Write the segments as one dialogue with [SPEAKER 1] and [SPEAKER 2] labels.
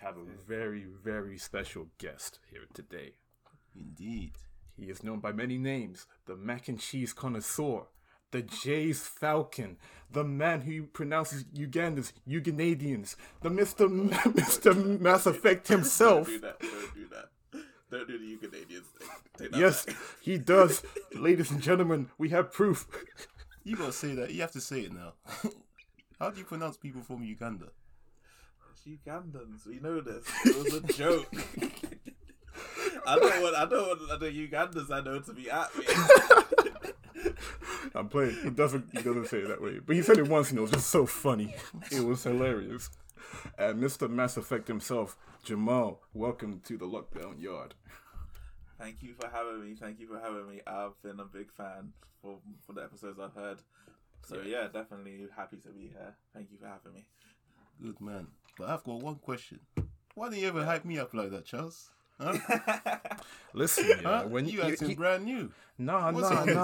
[SPEAKER 1] have a very, very special guest here today.
[SPEAKER 2] Indeed.
[SPEAKER 1] He is known by many names the mac and cheese connoisseur, the Jay's Falcon, the man who pronounces Ugandans, Uganadians, the Mr. M- Mr. Mass Effect himself.
[SPEAKER 2] Don't do that. Don't do that. Don't do the you Canadians thing. Take that
[SPEAKER 1] Yes,
[SPEAKER 2] back.
[SPEAKER 1] he does. Ladies and gentlemen, we have proof.
[SPEAKER 2] You gotta say that. You have to say it now. How do you pronounce people from Uganda?
[SPEAKER 3] Ugandans, we know this. It was a joke. I don't want, I don't want the Ugandans I know to be at me.
[SPEAKER 1] I'm playing. He doesn't. He doesn't say it that way. But he said it once, and it was just so funny. It was hilarious. And Mr. Mass Effect himself, Jamal, welcome to the lockdown yard.
[SPEAKER 3] Thank you for having me. Thank you for having me. I've been a big fan for for the episodes I've heard. So yeah, definitely happy to be here. Thank you for having me.
[SPEAKER 2] Good man. But I've got one question. Why do you ever hype me up like that, Charles? Huh?
[SPEAKER 1] Listen,
[SPEAKER 2] Huh?
[SPEAKER 1] yeah, when you,
[SPEAKER 2] you acting
[SPEAKER 1] you-
[SPEAKER 2] brand new.
[SPEAKER 1] Nah,
[SPEAKER 2] What's
[SPEAKER 1] nah,
[SPEAKER 2] it?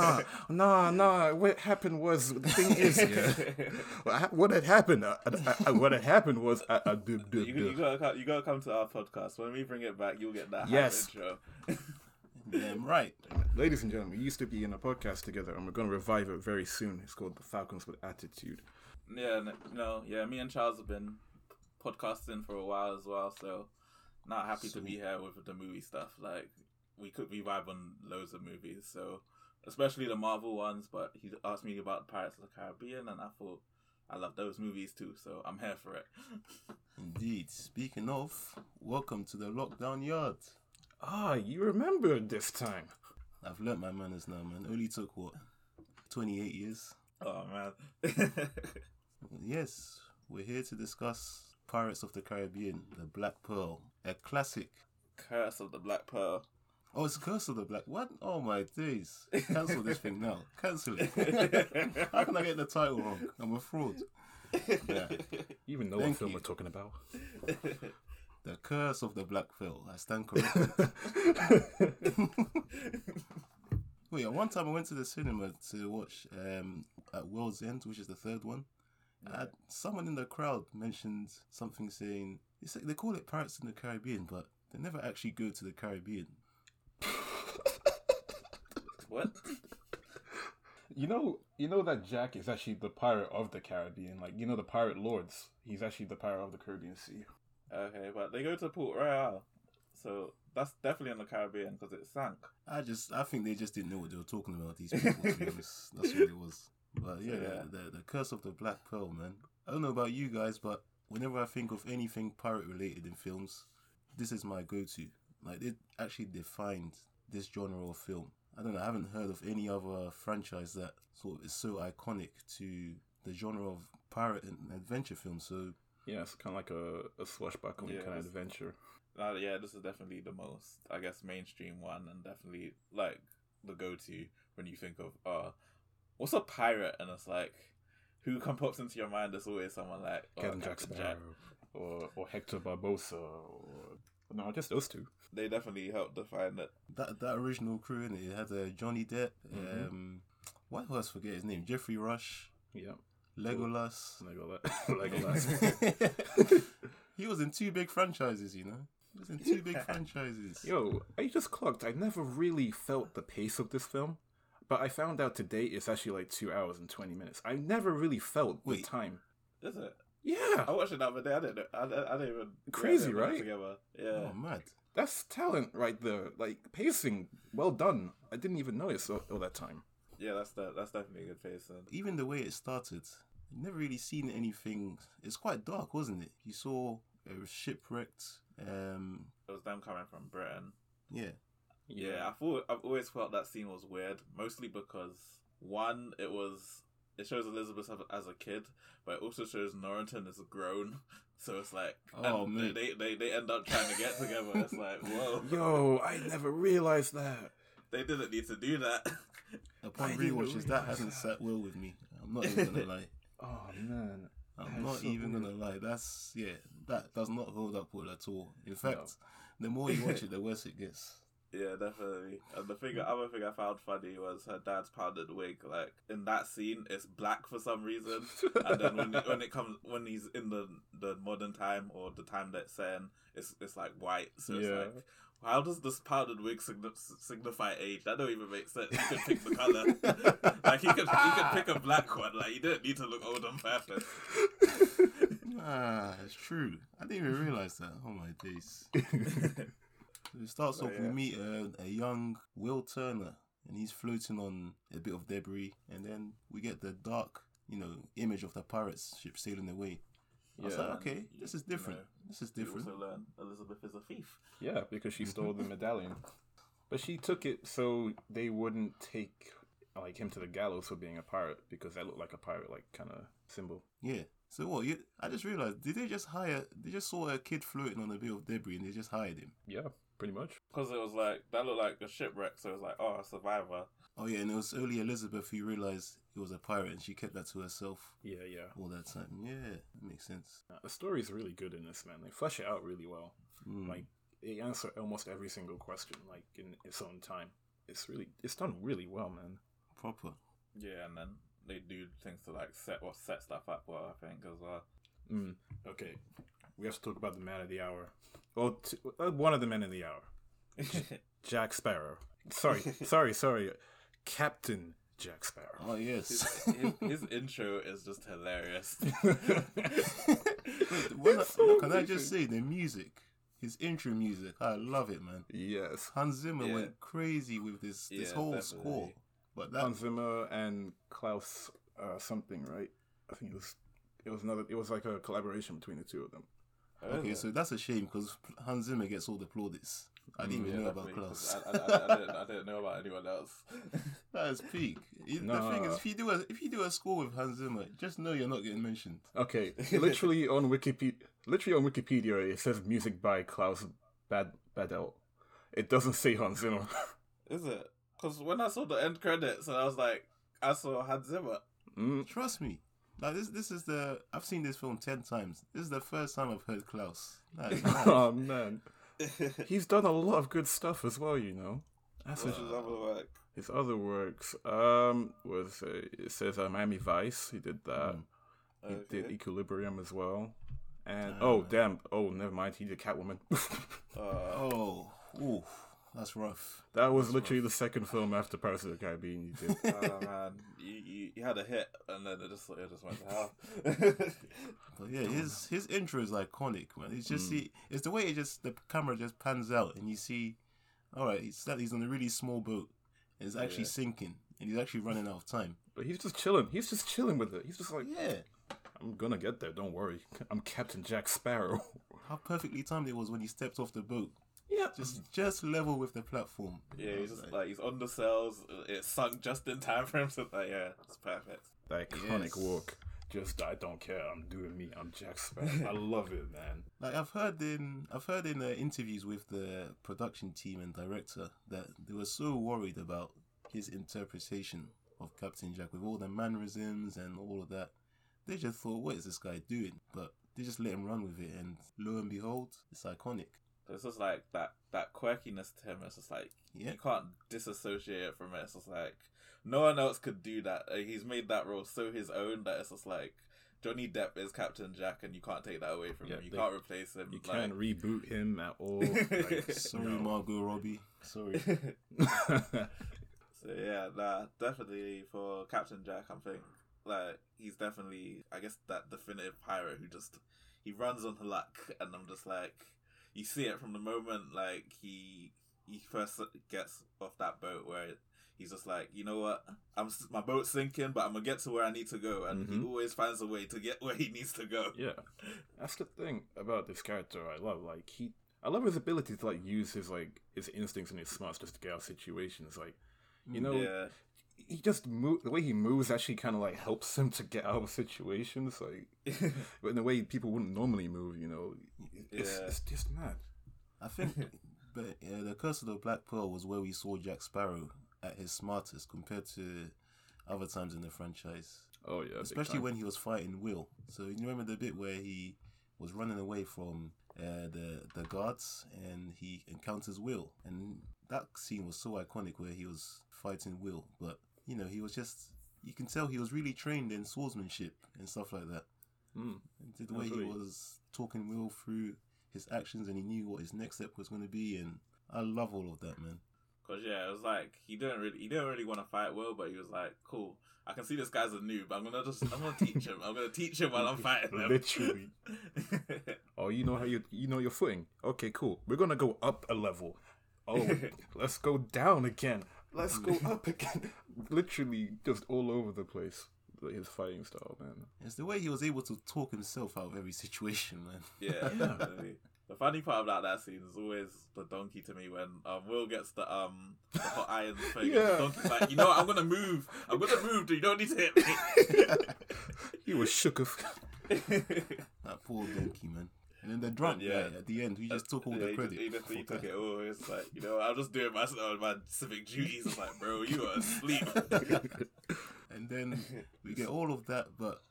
[SPEAKER 1] nah, nah, nah. What happened was the thing is, yeah. What ha- what had happened? uh, I, I, what had happened was, I, I, duh, duh,
[SPEAKER 3] You,
[SPEAKER 1] duh.
[SPEAKER 3] you gotta come, you gotta come to our podcast. When we bring it back, you'll get that hype
[SPEAKER 1] Yes.
[SPEAKER 3] intro.
[SPEAKER 2] Damn right.
[SPEAKER 1] ladies and gentlemen, we used to be in a podcast together, and we're going to revive it very soon. It's called the Falcons with Attitude.
[SPEAKER 3] Yeah, n- no, yeah. Me and Charles have been podcasting for a while as well, so not happy to be here with the movie stuff. Like we could we vibe on loads of movies, so especially the Marvel ones. But he asked me about Pirates of the Caribbean, and I thought I love those movies too, so I'm here for it.
[SPEAKER 2] Indeed. Speaking of, welcome to the lockdown yard.
[SPEAKER 1] Ah, you remember this time.
[SPEAKER 2] I've learnt my manners now, man. Only took what? 28 years?
[SPEAKER 3] oh man,
[SPEAKER 2] Yes, we're here to discuss Pirates of the Caribbean, The Black Pearl, a classic.
[SPEAKER 3] Curse of the Black Pearl.
[SPEAKER 2] Oh, it's Curse of the Black. What? Oh my days! Cancel this thing now. Cancel it. How can I get the title wrong? I'm a fraud. Yeah.
[SPEAKER 1] You even know what
[SPEAKER 2] Thank
[SPEAKER 1] film
[SPEAKER 2] you.
[SPEAKER 1] we're talking about.
[SPEAKER 2] The Curse of the Black Pearl. I stand corrected. Wait, at Oh, one time I went to the cinema to watch um, at World's End, which is the third one. And someone in the crowd mentioned something saying it's like they call it Pirates in the Caribbean, but they never actually go to the Caribbean.
[SPEAKER 3] What?
[SPEAKER 1] You know, you know that Jack is actually the pirate of the Caribbean. Like you know, the pirate lords. He's actually the pirate of the Caribbean Sea.
[SPEAKER 3] Okay, but they go to Port Royal, so that's definitely in the Caribbean because it sank.
[SPEAKER 2] I just, I think they just didn't know what they were talking about. These people, to be honest, that's what it was. But yeah,
[SPEAKER 3] Yeah.
[SPEAKER 2] The, the, the curse of the black pearl, man. I don't know about you guys, but whenever I think of anything pirate related in films, this is my go-to. Like it actually defined this genre of film. I don't know. I haven't heard of any other franchise that sort of is so iconic to the genre of pirate and adventure film. So
[SPEAKER 1] Yeah, it's kind of like a, a swashbuckling
[SPEAKER 3] Yeah,
[SPEAKER 1] kind of
[SPEAKER 3] it's-
[SPEAKER 1] adventure.
[SPEAKER 3] Uh, yeah, this is definitely the most, I guess, mainstream one, and definitely like the go-to when you think of, uh, what's a pirate? And it's like, who come pops into your mind? There's always someone like oh,
[SPEAKER 1] Captain Jack Sparrow or or Hector Barbosa. Or... No, just those two.
[SPEAKER 3] They definitely helped define it.
[SPEAKER 2] that that original crew in it, it had uh, Johnny Depp. Um, why do I always forget his name? Jeffrey Rush,
[SPEAKER 1] Yeah,
[SPEAKER 2] Legolas.
[SPEAKER 1] Legolas. Legolas.
[SPEAKER 2] he was in two big franchises, you know. He was in two big franchises.
[SPEAKER 1] Yo, I just clocked. I never really felt the pace of this film, but I found out today it's actually like two hours and twenty minutes. I never really felt
[SPEAKER 2] Wait.
[SPEAKER 1] the time.
[SPEAKER 3] Is it?
[SPEAKER 1] Yeah,
[SPEAKER 3] I watched it the other day. I didn't. Know, I, I didn't even.
[SPEAKER 1] Crazy,
[SPEAKER 3] yeah, I
[SPEAKER 1] right?
[SPEAKER 3] didn't put it Together. Yeah.
[SPEAKER 2] Oh, mad.
[SPEAKER 1] That's talent right there. Like pacing, well done. I didn't even notice all, all that time.
[SPEAKER 3] Yeah. That's the, That's definitely a good face. And
[SPEAKER 2] Even the way it started, you've never really seen anything. It's quite dark, wasn't it? You saw a shipwrecked. Um,
[SPEAKER 3] it was them coming from Britain.
[SPEAKER 2] yeah,
[SPEAKER 3] Yeah. I thought I've always felt that scene was weird, mostly because one, it was it shows Elizabeth as- as a kid, but it also shows Norrington as a grown. So it's like,
[SPEAKER 2] Oh,
[SPEAKER 3] and
[SPEAKER 2] mate.
[SPEAKER 3] they, they they end up trying to get together. It's like, whoa,
[SPEAKER 1] Yo, I never realized that.
[SPEAKER 3] they didn't need to do that.
[SPEAKER 2] upon
[SPEAKER 1] I didn't
[SPEAKER 2] rewatches, that
[SPEAKER 1] realise
[SPEAKER 2] hasn't
[SPEAKER 1] that.
[SPEAKER 2] sat well with me. I'm not even gonna lie.
[SPEAKER 1] Oh man. That
[SPEAKER 2] I'm
[SPEAKER 1] is
[SPEAKER 2] not
[SPEAKER 1] so
[SPEAKER 2] even
[SPEAKER 1] weird.
[SPEAKER 2] gonna lie. That's yeah, that does not hold up well at all. In fact, the more you watch it, the worse it gets.
[SPEAKER 3] Yeah, definitely. And the thing, other thing I found funny was her dad's powdered wig. Like in that scene, it's black for some reason, and then when, when it comes when he's in the the modern time or the time that's saying it's it's like white. So it's
[SPEAKER 1] Yeah.
[SPEAKER 3] like, how does this powdered wig signi- signify age? That don't even make sense. He could pick the color. like he could he could pick a black one. Like you don't need to look old on purpose.
[SPEAKER 2] Ah, it's true. I didn't even realize that. Oh my days. So it starts off, we
[SPEAKER 3] yeah.
[SPEAKER 2] meet uh, a, a young Will Turner, and he's floating on a bit of debris, and then we get the dark, you know, image of the pirates ship sailing away. I was
[SPEAKER 1] Yeah.
[SPEAKER 2] like, okay,
[SPEAKER 3] You-
[SPEAKER 2] this is different.
[SPEAKER 3] you know,
[SPEAKER 2] This is
[SPEAKER 3] You
[SPEAKER 2] different.
[SPEAKER 3] also learn Elizabeth is a thief.
[SPEAKER 1] Yeah, because she stole the medallion. But she took it so they wouldn't take like him to the gallows for being a pirate because that looked like a pirate like kind of symbol.
[SPEAKER 2] Yeah. So what? You, I just realized, did they just hire? They just saw a kid floating on a bit of debris, and they just hired him.
[SPEAKER 1] Yeah, pretty much.
[SPEAKER 3] Because it was like that looked like a shipwreck, so it was like, oh, a survivor.
[SPEAKER 2] Oh yeah, and it was only Elizabeth who realized he was a pirate, and she kept that to herself
[SPEAKER 1] Yeah, yeah.
[SPEAKER 2] all that time. Yeah, that makes sense.
[SPEAKER 1] Nah, the story's really good in this man. They flesh it out really well.
[SPEAKER 2] Mm.
[SPEAKER 1] Like they answer almost every single question like in its own time. It's really it's done really well, man.
[SPEAKER 2] proper.
[SPEAKER 3] Yeah, and then they do things to like set or set stuff up well, I think, as well.
[SPEAKER 1] Mm. Okay, we have to talk about the man of the hour. Well, t- uh, one of the men of the hour, Jack Sparrow. Sorry, sorry, sorry, Captain Jack Sparrow.
[SPEAKER 2] Oh
[SPEAKER 3] his,
[SPEAKER 2] yes.
[SPEAKER 3] his, his intro is just hilarious.
[SPEAKER 2] Well,
[SPEAKER 1] It's so
[SPEAKER 2] can I just say the music, his intro music, I love it, man.
[SPEAKER 1] yes,
[SPEAKER 2] Hans Zimmer
[SPEAKER 3] Yeah.
[SPEAKER 2] went crazy with this this
[SPEAKER 3] Yeah,
[SPEAKER 2] whole
[SPEAKER 3] definitely.
[SPEAKER 2] score, but that
[SPEAKER 1] Hans Zimmer and Klaus uh, something, right? I think it was it was another. It was like a collaboration between the two of them.
[SPEAKER 2] okay, so that's a shame because Hans Zimmer gets all the plaudits. I didn't even know about
[SPEAKER 3] Mm, definitely, 'cause
[SPEAKER 2] Klaus.
[SPEAKER 3] I, I, I, I, didn't, I didn't know about anyone else.
[SPEAKER 2] That is peak. It-
[SPEAKER 1] No.
[SPEAKER 2] The thing is, if you do a if you do a score with Hans Zimmer, just know you're not getting mentioned.
[SPEAKER 1] Okay, literally on Wikipedia, literally on Wikipedia, it says music by Klaus Bad Badel. It doesn't say Hans Zimmer.
[SPEAKER 3] Is it? Because when I saw the end credits, and I was like, I saw Hans Zimmer.
[SPEAKER 1] Mm,
[SPEAKER 2] Trust me. Like this, this is the I've seen this film ten times. This is the first time I've heard Klaus. That is mad.
[SPEAKER 1] oh man, he's done a lot of good stuff as well. You know, that's
[SPEAKER 3] Which
[SPEAKER 1] his,
[SPEAKER 3] is other work.
[SPEAKER 1] his other works. Um, was uh, it says uh, Miami Vice? He did that. He did
[SPEAKER 3] Okay.
[SPEAKER 1] Equilibrium as well. And oh damn, oh never mind, he did Catwoman.
[SPEAKER 3] Uh,
[SPEAKER 2] oh, oof, that's rough.
[SPEAKER 1] that was literally the second film after Pirates of the Caribbean. He did.
[SPEAKER 3] oh man, you, you, you had a hit, and then it just it just went to hell.
[SPEAKER 2] But yeah, his his intro is iconic, man. It's just see, it's the way it just the camera just pans out and you see, all right, he's that he's on a really small boat and it's actually sinking and he's actually running out of time.
[SPEAKER 1] But he's just chilling. He's just chilling with it. He's just like,
[SPEAKER 2] Yeah,
[SPEAKER 1] I'm gonna get there. Don't worry. I'm Captain Jack Sparrow.
[SPEAKER 2] how perfectly timed it was when he stepped off the boat,
[SPEAKER 1] Yeah.
[SPEAKER 2] just just level with the platform.
[SPEAKER 3] Yeah, he's just like he's on the cells. It sunk just in time for him. So like, yeah, it's perfect.
[SPEAKER 1] That iconic
[SPEAKER 2] Yes.
[SPEAKER 1] walk. Just I don't care. I'm doing me. I'm Jack Sparrow. I love it, man.
[SPEAKER 2] Like I've heard in I've heard in uh, interviews with the production team and director that they were so worried about his interpretation of Captain Jack with all the mannerisms and all of that. They just thought, what is this guy doing? But they just let him run with it, and lo and behold, it's iconic.
[SPEAKER 3] It's just like that that quirkiness to him. It's just like
[SPEAKER 2] Yeah,
[SPEAKER 3] you can't disassociate it from it. It's just like no one else could do that. Like, he's made that role so his own that it's just like Johnny Depp is Captain Jack, and you can't take that away from
[SPEAKER 1] Yeah,
[SPEAKER 3] him. You
[SPEAKER 1] they-
[SPEAKER 3] can't replace him.
[SPEAKER 1] You
[SPEAKER 3] like,
[SPEAKER 1] can't reboot him at all. Like,
[SPEAKER 2] sorry,
[SPEAKER 1] no.
[SPEAKER 2] Margot Robbie. Sorry.
[SPEAKER 3] So yeah, nah, definitely for Captain Jack, I think like he's definitely, I guess, that definitive pirate who just he runs on luck, and I'm just like, you see it from the moment like he he first gets off that boat where he's just like, you know what, I'm s- my boat's sinking, but I'm gonna get to where I need to go, and
[SPEAKER 1] Mhm.
[SPEAKER 3] he always finds a way to get where he needs to go.
[SPEAKER 1] yeah. That's the thing about this character I love. Like he I love his ability to like use his like his instincts and his smarts just to get out of situations. Like you know,
[SPEAKER 3] yeah.
[SPEAKER 1] he just move the way he moves actually kind of like helps him to get out of situations like but in a way people wouldn't normally move you know it's,
[SPEAKER 3] Yeah.
[SPEAKER 1] it's just mad
[SPEAKER 2] I think, but uh, the Curse of the Black Pearl was where we saw Jack Sparrow at his smartest compared to other times in the franchise.
[SPEAKER 1] oh yeah big
[SPEAKER 2] especially
[SPEAKER 1] time.
[SPEAKER 2] when he was fighting Will. So you remember the bit where he was running away from uh, the the guards and he encounters Will. And that scene was so iconic where he was fighting Will, but you know, he was just you can tell he was really trained in swordsmanship and stuff like that.
[SPEAKER 1] Mm.
[SPEAKER 2] The way he
[SPEAKER 1] Absolutely.
[SPEAKER 2] was talking Will through his actions and he knew what his next step was going to be and I love all of that, man.
[SPEAKER 3] Cause yeah, it was like he didn't really he didn't really want to fight Will, but he was like, "Cool, I can see this guy's a noob. I'm gonna just I'm gonna teach him. I'm gonna teach him while I'm fighting him."
[SPEAKER 1] Literally. Oh, you know how you you know your footing. Okay, cool. We're gonna go up a level. Oh, let's go down again. Let's go up again. Literally, just all over the place. like, His fighting style, man.
[SPEAKER 2] It's the way he was able to talk himself out of every situation, man.
[SPEAKER 3] yeah. definitely. The funny part about that scene is always the donkey to me when um, Will gets the um the hot iron thing. And
[SPEAKER 1] Yeah.
[SPEAKER 3] the donkey's like, "You know, what? I'm gonna move. I'm gonna move. Dude. You don't need to hit me."
[SPEAKER 1] He was shook as
[SPEAKER 2] That poor donkey, man. And then the drunk
[SPEAKER 3] Yeah.
[SPEAKER 2] guy at the end, who just took all
[SPEAKER 3] Yeah,
[SPEAKER 2] the
[SPEAKER 3] he
[SPEAKER 2] credit.
[SPEAKER 3] Just, he just, he
[SPEAKER 2] for
[SPEAKER 3] took
[SPEAKER 2] that.
[SPEAKER 3] it all. It's like, you know, I'm just doing my, my civic duties. It's like, bro, you are asleep.
[SPEAKER 2] And then we get all of that, but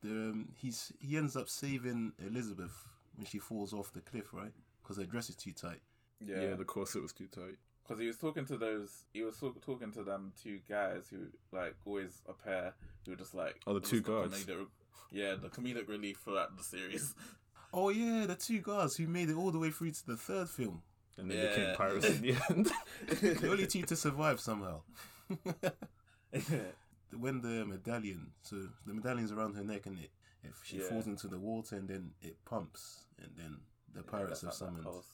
[SPEAKER 2] the, um, he's he ends up saving Elizabeth when she falls off the cliff, right? Because her dress is too tight.
[SPEAKER 1] yeah. the corset was too tight.
[SPEAKER 3] because he was talking to those he was talk- talking to them two guys who like always a pair who were just like
[SPEAKER 1] Oh, the
[SPEAKER 3] just
[SPEAKER 1] two
[SPEAKER 3] the
[SPEAKER 1] guards.
[SPEAKER 3] comedic- yeah the comedic relief throughout the series
[SPEAKER 2] Oh yeah, the two guys who made it all the way through to the third film,
[SPEAKER 1] And they
[SPEAKER 3] Yeah.
[SPEAKER 1] became pirates in the end.
[SPEAKER 2] the only two to survive somehow. when the medallion, so the medallion's around her neck, and it if she
[SPEAKER 3] Yeah.
[SPEAKER 2] falls into the water, and then it pumps, and then the pirates
[SPEAKER 3] Yeah,
[SPEAKER 2] are
[SPEAKER 3] that's not that
[SPEAKER 2] summoned.
[SPEAKER 3] close.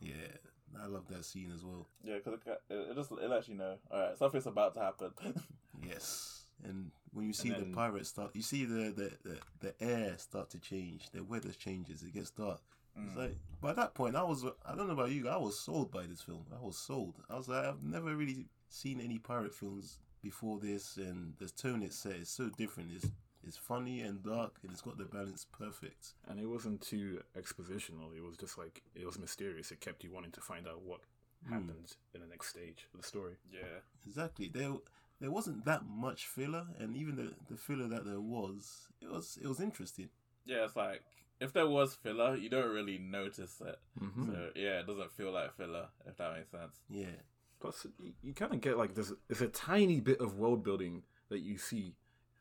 [SPEAKER 2] Yeah, I love that scene as well.
[SPEAKER 3] yeah because it, it just it lets you know all right something's about to happen
[SPEAKER 2] Yes. And when you see
[SPEAKER 1] then-
[SPEAKER 2] the pirates start, you see the, the, the, the air start to change, the weather changes, it gets dark.
[SPEAKER 1] Mm.
[SPEAKER 3] Mm.
[SPEAKER 2] It's like, by that point, I was, I don't know about you, I was sold by this film. I was sold. I was like, I've never really seen any pirate films before this, and the tone it set is so different. It's, it's funny and dark, and it's got the balance perfect.
[SPEAKER 1] and it wasn't too expositional. It was just like it was mysterious. It kept you wanting to find out what happened in the next stage of the story.
[SPEAKER 3] yeah
[SPEAKER 2] Exactly. There, there wasn't that much filler, and even the, the filler that there was, it was, it was interesting.
[SPEAKER 3] yeah it's like if there was filler you don't really notice it
[SPEAKER 1] Mm-hmm.
[SPEAKER 3] so yeah it doesn't feel like filler if that makes sense
[SPEAKER 2] Yeah.
[SPEAKER 1] Plus, you, you kind of get like this. It's a tiny bit of world building that you see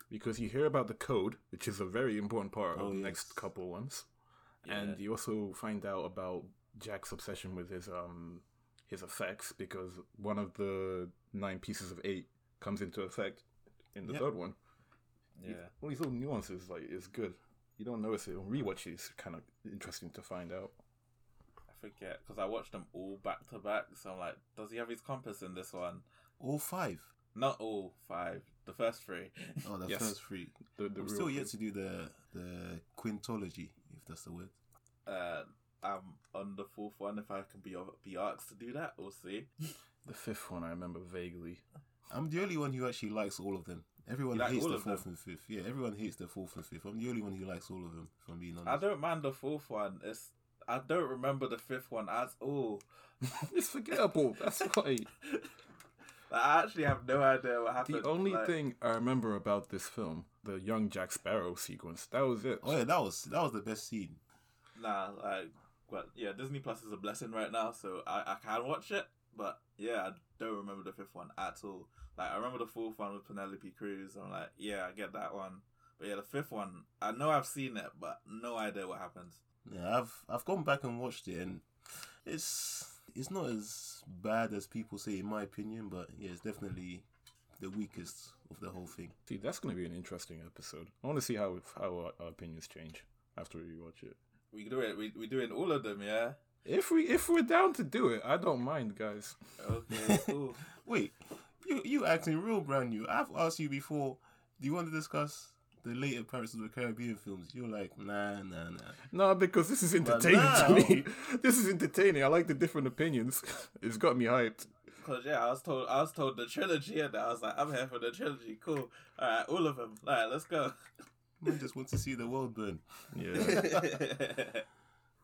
[SPEAKER 1] because you hear about the code, which is a very important part
[SPEAKER 2] Oh,
[SPEAKER 1] of the
[SPEAKER 2] yes.
[SPEAKER 1] next couple ones,
[SPEAKER 3] yeah.
[SPEAKER 1] and you also find out about Jack's obsession with his um his effects because one of the nine pieces of eight comes into effect in the
[SPEAKER 2] Yep.
[SPEAKER 1] third one.
[SPEAKER 3] yeah
[SPEAKER 1] All these little nuances, like, is good. You don't notice it on rewatch. It's kind of interesting to find out.
[SPEAKER 3] I forget because I watched them all back to back. So I'm like, does he have his compass in this one?
[SPEAKER 2] All five.
[SPEAKER 3] Not all five. The first three.
[SPEAKER 2] Oh, the
[SPEAKER 1] Yes.
[SPEAKER 2] first three.
[SPEAKER 1] The, the
[SPEAKER 2] I'm
[SPEAKER 1] real
[SPEAKER 2] still yet to do the the quintology, if that's the word.
[SPEAKER 3] Uh, I'm on the fourth one. If I can be be asked to do that, we'll see.
[SPEAKER 1] the fifth one I remember vaguely.
[SPEAKER 2] I'm the only one who actually likes all of them. Everyone
[SPEAKER 3] You like
[SPEAKER 2] hates
[SPEAKER 3] all
[SPEAKER 2] the
[SPEAKER 3] of
[SPEAKER 2] fourth
[SPEAKER 3] them?
[SPEAKER 2] and fifth. Yeah, everyone hates the fourth and fifth. I'm the only one who likes all of them. If I'm being honest.
[SPEAKER 3] I don't mind the fourth one. It's I don't remember the fifth one at all.
[SPEAKER 1] it's forgettable. That's why.
[SPEAKER 3] I actually have no idea what happened.
[SPEAKER 1] The only
[SPEAKER 3] like,
[SPEAKER 1] thing I remember about this film, the young Jack Sparrow sequence, that was it.
[SPEAKER 2] Oh yeah, that was that was the best scene.
[SPEAKER 3] nah, like, but yeah, Disney Plus is a blessing right now, so I I can watch it. But yeah, I don't remember the fifth one at all. Like I remember the fourth one with Penelope Cruz. I'm like, yeah, I get that one. But yeah, the fifth one, I know I've seen it, but no idea what happens.
[SPEAKER 2] Yeah, I've I've gone back and watched it, and it's it's not as bad as people say, in my opinion. But yeah, it's definitely the weakest of the whole thing.
[SPEAKER 1] See, that's going to be an interesting episode. I want to see how how our, our opinions change after we watch it.
[SPEAKER 3] We do it. We we doing all of them, yeah.
[SPEAKER 1] If we if we're down to do it, I don't mind, guys.
[SPEAKER 3] Okay, cool.
[SPEAKER 2] Wait, you you acting real brand new. I've asked you before. Do you want to discuss the later Pirates of the Caribbean films? You're like, nah, nah, nah.
[SPEAKER 1] No, because this is entertaining
[SPEAKER 2] now-
[SPEAKER 1] to me. This is entertaining. I like the different opinions. It's got me hyped.
[SPEAKER 3] Cause yeah, I was told I was told the trilogy, and I was like, I'm here for the trilogy. Cool. All right, all of them. All right, let's go.
[SPEAKER 2] I just want to see the world burn.
[SPEAKER 1] Yeah.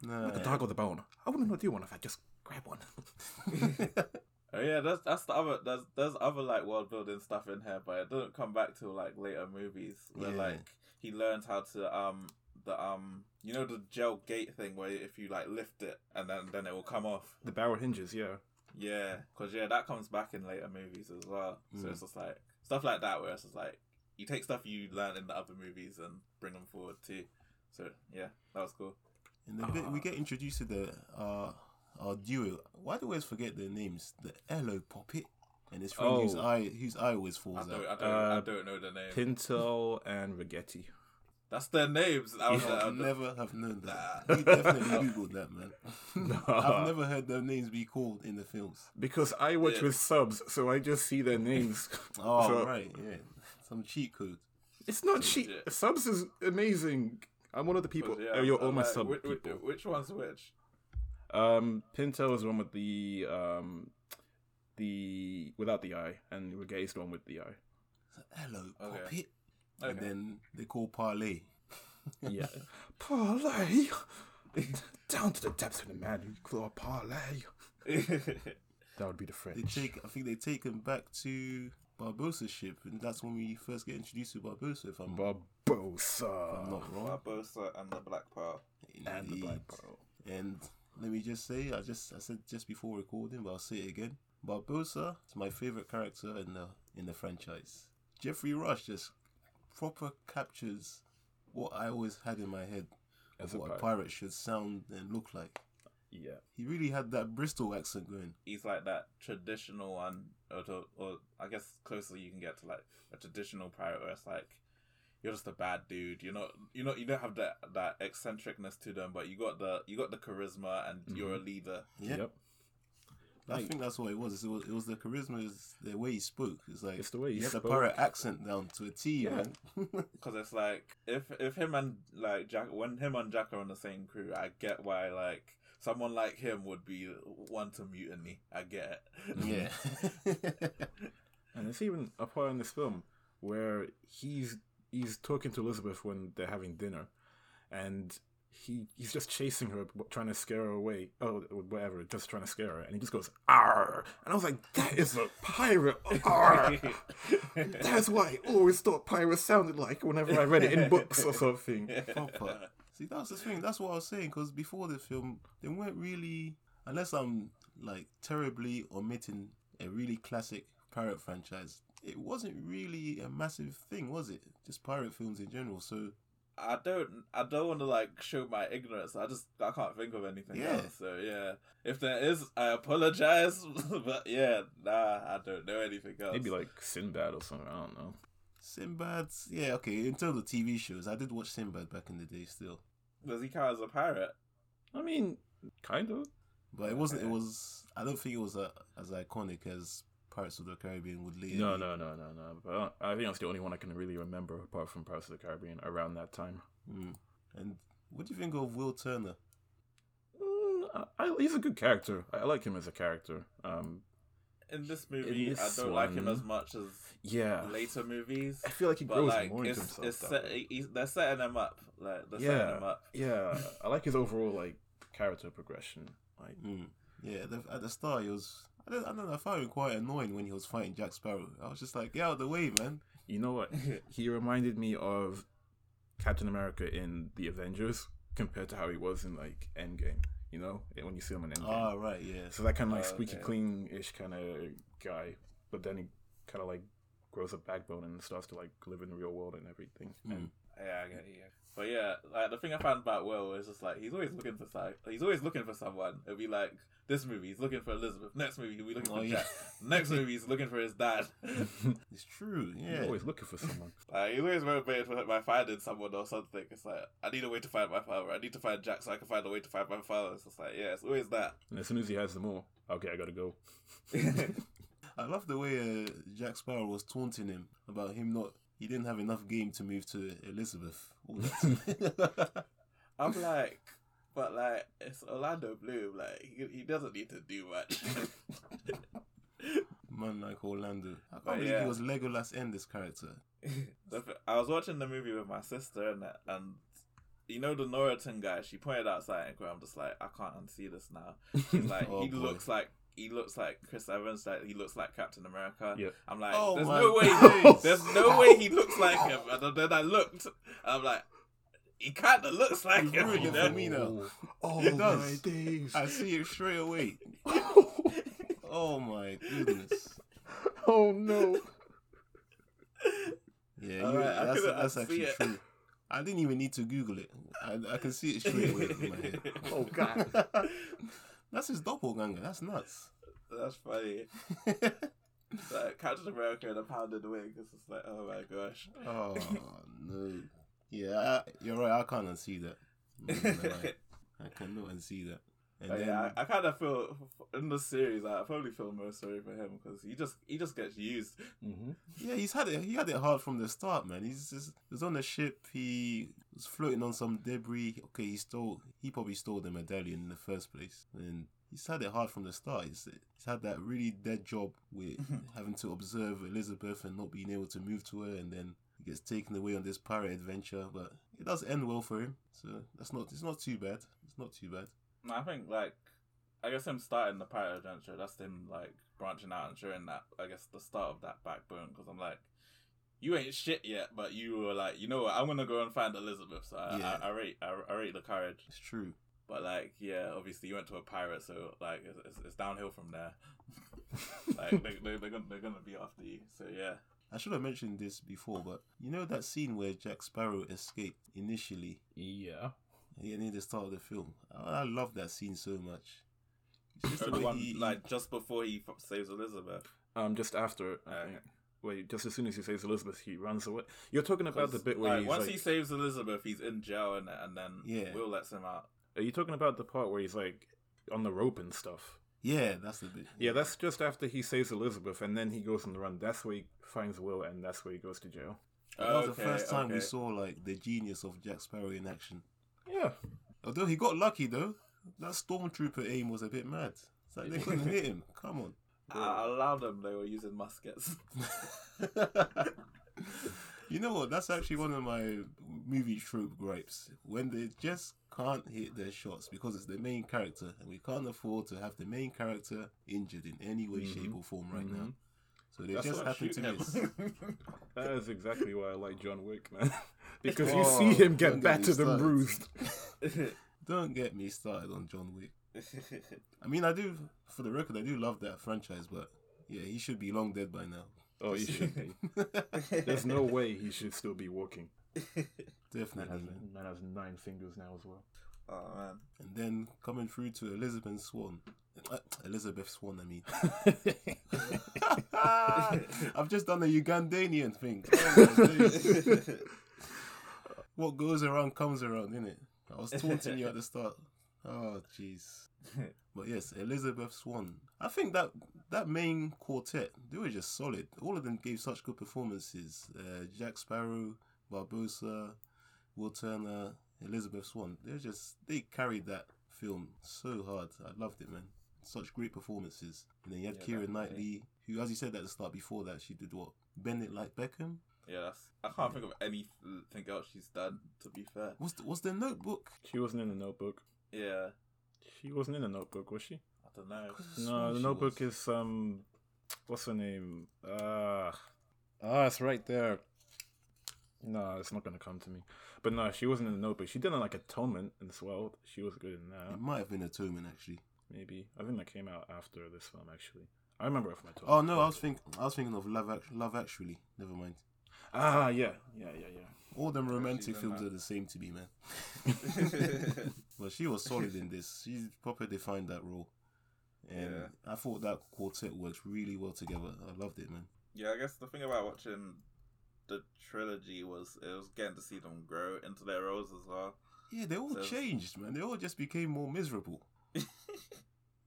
[SPEAKER 2] Nah.
[SPEAKER 1] the dog or the bone? I wouldn't do one if I just grab one.
[SPEAKER 3] oh yeah, that's that's the other there's there's other like world building stuff in here, but it doesn't come back till like later movies where
[SPEAKER 2] Yeah.
[SPEAKER 3] like he learns how to um the um, you know, the gel gate thing where if you like lift it and then then it will come off.
[SPEAKER 1] The barrel hinges, yeah.
[SPEAKER 3] Yeah, because yeah, that comes back in later movies as well.
[SPEAKER 1] Mm.
[SPEAKER 3] So it's just like stuff like that where it's just like you take stuff you learn in the other movies and bring them forward too. So yeah, that was cool.
[SPEAKER 2] And the bit we get introduced to the uh, our duo. Why do we always forget their names? The Hello Poppet and his friend whose
[SPEAKER 1] Oh.
[SPEAKER 2] eye whose eye always
[SPEAKER 3] I
[SPEAKER 2] falls
[SPEAKER 3] don't,
[SPEAKER 2] out.
[SPEAKER 3] I don't, I
[SPEAKER 1] Uh,
[SPEAKER 3] don't know the name.
[SPEAKER 1] Pinto and Rigetti.
[SPEAKER 3] That's their names. I was like, I
[SPEAKER 2] I'd
[SPEAKER 3] was like,
[SPEAKER 2] never have known that. You definitely googled that, man. I've
[SPEAKER 1] Nah,
[SPEAKER 2] never heard their names be called in the films.
[SPEAKER 1] because I watch
[SPEAKER 3] Yeah.
[SPEAKER 1] with subs, so I just see their names.
[SPEAKER 2] Oh
[SPEAKER 1] So-
[SPEAKER 2] right, yeah, some cheat code.
[SPEAKER 1] It's not cheap.
[SPEAKER 3] yeah.
[SPEAKER 1] Subs is amazing. I'm one of the people.
[SPEAKER 3] yeah,
[SPEAKER 1] oh, you're
[SPEAKER 3] I'm
[SPEAKER 1] all my
[SPEAKER 3] like,
[SPEAKER 1] sub
[SPEAKER 3] which, which-
[SPEAKER 1] people.
[SPEAKER 3] which one's which?
[SPEAKER 1] Um, Pinto is the one with the um, the without the eye, and Rigetti's the one with the eye.
[SPEAKER 2] Hello,
[SPEAKER 3] Okay.
[SPEAKER 2] Poppet.
[SPEAKER 3] Okay.
[SPEAKER 2] And then they call parlay.
[SPEAKER 1] Yeah. parlay. Down to the depths of the man who claw parlay. That would be the
[SPEAKER 2] They
[SPEAKER 1] French.
[SPEAKER 2] take, I think they take him back to Barbosa's ship, and that's when we first get introduced to Barbosa. If I'm, I'm
[SPEAKER 1] Barbosa.
[SPEAKER 2] not wrong.
[SPEAKER 3] Barbosa and the Black Pearl.
[SPEAKER 1] And the
[SPEAKER 2] Indeed.
[SPEAKER 1] Black Pearl.
[SPEAKER 2] And let me just say, I just I said just before recording, but I'll say it again. Barbosa is my favorite character in the in the franchise. Jeffrey Rush just proper captures what I always had in my head
[SPEAKER 1] As a
[SPEAKER 2] what a
[SPEAKER 1] pirate.
[SPEAKER 2] pirate should sound and look like.
[SPEAKER 1] Yeah.
[SPEAKER 2] He really had that Bristol accent going.
[SPEAKER 3] He's like that traditional one, or, to, or I guess closer you can get to like a traditional pirate, where it's like you're just a bad dude. You're not, you not, you don't have that that eccentricness to them, but you got the you got the charisma and you're a leader.
[SPEAKER 2] Yeah,
[SPEAKER 1] Yep.
[SPEAKER 2] I think that's what it was. It was, it was the charisma, is the way he spoke. It's like
[SPEAKER 1] It's the way he
[SPEAKER 2] he had the
[SPEAKER 1] spoke.
[SPEAKER 2] pirate accent down to a T,
[SPEAKER 1] Yeah.
[SPEAKER 2] man.
[SPEAKER 3] Because it's like if if him and like Jack, when him and Jack are on the same crew, I get why like someone like him would be one to mutiny. I get it.
[SPEAKER 2] yeah,
[SPEAKER 1] And there's even a part in this film where he's he's talking to Elizabeth when they're having dinner, and he he's just chasing her, w- trying to scare her away. Oh, whatever, just trying to scare her, and he just goes "Arr!" And I was like, "That is a pirate! Arr!" That's why I always thought pirates sounded like whenever I read it in books or something.
[SPEAKER 2] proper. See, that's the thing. That's what I was saying. Because before the film, they weren't really, unless I'm like terribly omitting a really classic pirate franchise. It wasn't really a massive thing, was it? Just pirate films in general. So
[SPEAKER 3] I don't I don't want to like show my ignorance. I just I can't think of anything
[SPEAKER 2] Yeah.
[SPEAKER 3] else. So yeah, if there is, I apologize. but yeah, nah, I don't know anything else.
[SPEAKER 1] Maybe like Sinbad or something. I don't know.
[SPEAKER 2] Sinbad, yeah, okay. In terms of TV shows, I did watch Sinbad back in the day still,
[SPEAKER 3] does he count as a pirate?
[SPEAKER 1] I mean, kind of.
[SPEAKER 2] but it wasn't. It was. I don't think it was uh as iconic as Pirates of the Caribbean would later.
[SPEAKER 1] No, no, no, no, no. But I I think that's the only one I can really remember apart from Pirates of the Caribbean around that time.
[SPEAKER 2] Mm. And what do you think of Will Turner?
[SPEAKER 1] Mm, I, I, he's a good character. I, I like him as a character. Um,
[SPEAKER 3] In this movie,
[SPEAKER 1] this
[SPEAKER 3] I don't like him
[SPEAKER 1] one-
[SPEAKER 3] as much as
[SPEAKER 1] yeah,
[SPEAKER 3] later movies.
[SPEAKER 1] I feel like he
[SPEAKER 3] But
[SPEAKER 1] grows
[SPEAKER 3] like,
[SPEAKER 1] more into
[SPEAKER 3] it's,
[SPEAKER 1] himself.
[SPEAKER 3] it's
[SPEAKER 1] that
[SPEAKER 3] set,
[SPEAKER 1] way.
[SPEAKER 3] he's, they're setting him up. Like they're setting him
[SPEAKER 1] yeah,
[SPEAKER 3] up.
[SPEAKER 1] yeah. I like his overall like character progression. Like,
[SPEAKER 2] Mm. Yeah, the, at the start he was. I don't, I don't know. I found him quite annoying when he was fighting Jack Sparrow. I was just like, get out of the way, man.
[SPEAKER 1] you know what? he reminded me of Captain America in the Avengers compared to how he was in like Endgame. You know, when you see him in Endgame.
[SPEAKER 2] Ah, right, yeah.
[SPEAKER 1] So that kind of like
[SPEAKER 3] Oh,
[SPEAKER 1] squeaky
[SPEAKER 3] okay.
[SPEAKER 1] clean ish kind of guy, but then he kind of like grows a backbone and starts to like live in the real world and everything. And
[SPEAKER 3] Yeah, I get it, yeah. But yeah, like the thing I found about Will is just like he's always looking for like he's always looking for someone. It'll be like this movie he's looking for Elizabeth. Next movie he'll be looking for
[SPEAKER 2] Oh, yeah.
[SPEAKER 3] Jack. Next movie he's looking for his dad.
[SPEAKER 2] It's true.
[SPEAKER 1] you're
[SPEAKER 2] Yeah.
[SPEAKER 1] always looking for someone.
[SPEAKER 3] like he's always motivated for- by finding someone or something. It's like I need a way to find my father. I need to find Jack so I can find a way to find my father. It's just like yeah, it's always that.
[SPEAKER 1] And as soon as he has them all, okay, I gotta go.
[SPEAKER 2] I love the way uh, Jack Sparrow was taunting him about him not. He didn't have enough game to move to Elizabeth. All that.
[SPEAKER 3] I'm like, but like it's Orlando Bloom. Like he, he doesn't need to do much.
[SPEAKER 2] Man like Orlando. I can't
[SPEAKER 3] But
[SPEAKER 2] believe
[SPEAKER 3] yeah.
[SPEAKER 2] he was Legolas and this character.
[SPEAKER 3] The f- I was watching the movie with my sister, and and you know the Norriton guy. She pointed out something where I'm just like, I can't unsee this now. He's like,
[SPEAKER 2] Oh,
[SPEAKER 3] he
[SPEAKER 2] boy.
[SPEAKER 3] looks like he looks like Chris Evans. Like he looks like Captain America.
[SPEAKER 1] Yeah.
[SPEAKER 3] I'm like,
[SPEAKER 2] Oh
[SPEAKER 3] there's
[SPEAKER 2] my
[SPEAKER 3] no way.
[SPEAKER 2] days.
[SPEAKER 3] There's no way he looks like him. And then I looked. And I'm like, he kind of looks like
[SPEAKER 2] You've
[SPEAKER 3] him.
[SPEAKER 2] ruined
[SPEAKER 3] You
[SPEAKER 2] it
[SPEAKER 3] know?
[SPEAKER 2] for me now.
[SPEAKER 1] Oh
[SPEAKER 2] It
[SPEAKER 1] my
[SPEAKER 2] does.
[SPEAKER 1] days.
[SPEAKER 2] I see it straight away. Oh my goodness.
[SPEAKER 1] oh no.
[SPEAKER 2] Yeah,
[SPEAKER 3] All
[SPEAKER 2] you,
[SPEAKER 3] right, I
[SPEAKER 2] that's,
[SPEAKER 3] couldn't- I
[SPEAKER 2] that's
[SPEAKER 3] see
[SPEAKER 2] actually
[SPEAKER 3] it.
[SPEAKER 2] true. I didn't even need to Google it. I, I can see it straight away in my head.
[SPEAKER 1] Oh god.
[SPEAKER 2] That's his doppelganger. That's nuts.
[SPEAKER 3] That's funny. Like Captain America in a pounded wig. It's just like, oh my gosh.
[SPEAKER 2] oh no. Yeah, I, you're right. I can't unsee that. I'm not gonna lie. I cannot unsee that. And
[SPEAKER 3] But
[SPEAKER 2] then,
[SPEAKER 3] yeah, I, I kind of feel in the series. I probably feel most sorry for him because he just he just gets used.
[SPEAKER 1] hmm
[SPEAKER 2] yeah, he's had it. He had it hard from the start, man. He's just he was on the ship. He was floating on some debris. Okay, he stole. He probably stole the medallion in the first place, and he's had it hard from the start. He's, he's had that really dead job with having to observe Elizabeth and not being able to move to her, and then he gets taken away on this pirate adventure. But it does end well for him, so that's not. It's not too bad. It's not too bad.
[SPEAKER 3] And I think like I guess him starting the pirate adventure. That's him like branching out and showing that I guess the start of that backbone. Because I'm like, you ain't shit yet, but you were like, you know what? I'm gonna go and find Elizabeth. So I,
[SPEAKER 2] Yeah.
[SPEAKER 3] I, I rate I, I rate the courage.
[SPEAKER 2] It's true.
[SPEAKER 3] But like, yeah, obviously you went to a pirate, so like it's- it's, it's downhill from there. like they, they, they're gonna they're gonna be after you. So yeah,
[SPEAKER 2] I should have mentioned this before, but you know that scene where Jack Sparrow escaped initially
[SPEAKER 1] Yeah.
[SPEAKER 2] Yeah, near the start of the film. I, I love that scene so much. It's just
[SPEAKER 3] Oh,
[SPEAKER 2] the
[SPEAKER 3] the
[SPEAKER 2] way
[SPEAKER 3] one
[SPEAKER 2] he-
[SPEAKER 3] like just before he f- saves Elizabeth.
[SPEAKER 1] Um, just after it, I
[SPEAKER 3] Okay.
[SPEAKER 1] think. Wait, just as soon as he says Elizabeth, he runs away. You're talking about the
[SPEAKER 3] 'Cause,
[SPEAKER 1] bit where
[SPEAKER 3] like,
[SPEAKER 1] he's
[SPEAKER 3] once
[SPEAKER 1] like,
[SPEAKER 3] he saves Elizabeth, he's in jail and and then
[SPEAKER 2] Yeah.
[SPEAKER 3] Will lets him out.
[SPEAKER 1] Are you talking about the part where he's like on the rope and stuff?
[SPEAKER 2] yeah, that's the bit.
[SPEAKER 1] Yeah, that's just after he saves Elizabeth, and then he goes on the run. That's where he finds Will, and that's where he goes to jail.
[SPEAKER 2] that was the first time we saw like the genius of Jack Sparrow in action.
[SPEAKER 1] Yeah.
[SPEAKER 2] Although he got lucky though, that stormtrooper aim was a bit mad. It's like they couldn't hit him. Come on.
[SPEAKER 3] I allowed them. They were using muskets.
[SPEAKER 2] you know what? That's actually one of my movie trope gripes. When they just can't hit their shots because it's the main character, and we can't afford to have the main character injured in any way, shape, or form right now. So they
[SPEAKER 1] That's
[SPEAKER 2] just
[SPEAKER 1] why I
[SPEAKER 2] happen to miss.
[SPEAKER 1] That is exactly why I like John Wick, man. because you
[SPEAKER 2] Oh,
[SPEAKER 1] see him get
[SPEAKER 2] don't get me
[SPEAKER 1] battered and
[SPEAKER 2] started.
[SPEAKER 1] bruised.
[SPEAKER 2] Don't get me started on John Wick. I mean, I do, for the record, I do love that franchise, but yeah, he should be long dead by now.
[SPEAKER 1] Oh, he should be. There's no way he should still be walking.
[SPEAKER 2] Definitely. man.
[SPEAKER 1] man has nine fingers now as well.
[SPEAKER 3] oh man.
[SPEAKER 2] And then coming through to Elizabeth Swan. Uh, Elizabeth Swan, I mean. I've just done the Ugandanian thing. Oh my days. what goes around comes around, innit? I was taunting you at the start. Oh, jeez. But yes, Elizabeth Swan. I think that that main quartet, they were just solid. All of them gave such good performances. Uh, Jack Sparrow, Barbosa, Will Turner, Elizabeth Swan. They were just they carried that film so hard. I loved it, man. Such great performances. And then you had
[SPEAKER 3] Yeah,
[SPEAKER 2] Kieran
[SPEAKER 3] definitely.
[SPEAKER 2] Knightley, who, as you said at the start before that, she did what? Bend it like Beckham.
[SPEAKER 3] Yeah, that's. I can't think of anything else she's done. To be fair.
[SPEAKER 2] What's the, what's the Notebook?
[SPEAKER 1] She wasn't in the notebook.
[SPEAKER 3] Yeah.
[SPEAKER 1] She wasn't in the notebook, was she?
[SPEAKER 3] I don't know.
[SPEAKER 1] No, the notebook is um, what's her name? Ah, ah, it's right there. No, it's not gonna come to me. But no, she wasn't in the notebook. She did it like Atonement as well. She was good in
[SPEAKER 2] It
[SPEAKER 1] that.
[SPEAKER 2] might have been Atonement actually.
[SPEAKER 1] Maybe I think that came out after this film. Actually, I remember it from Atonement.
[SPEAKER 2] Oh no, I was think I was thinking of Love Act- Love Actually. Never mind.
[SPEAKER 1] Ah, yeah, yeah, yeah, yeah.
[SPEAKER 2] All them romantic
[SPEAKER 3] done
[SPEAKER 2] films
[SPEAKER 3] that.
[SPEAKER 2] are the same to me, man. But she was solid in this. She properly defined that role. And
[SPEAKER 3] Yeah.
[SPEAKER 2] I thought that quartet worked really well together. I loved it, man.
[SPEAKER 3] Yeah, I guess the thing about watching the trilogy was it was getting to see them grow into their roles as well.
[SPEAKER 2] Yeah, they all
[SPEAKER 3] So-
[SPEAKER 2] changed, man. They all just became more miserable.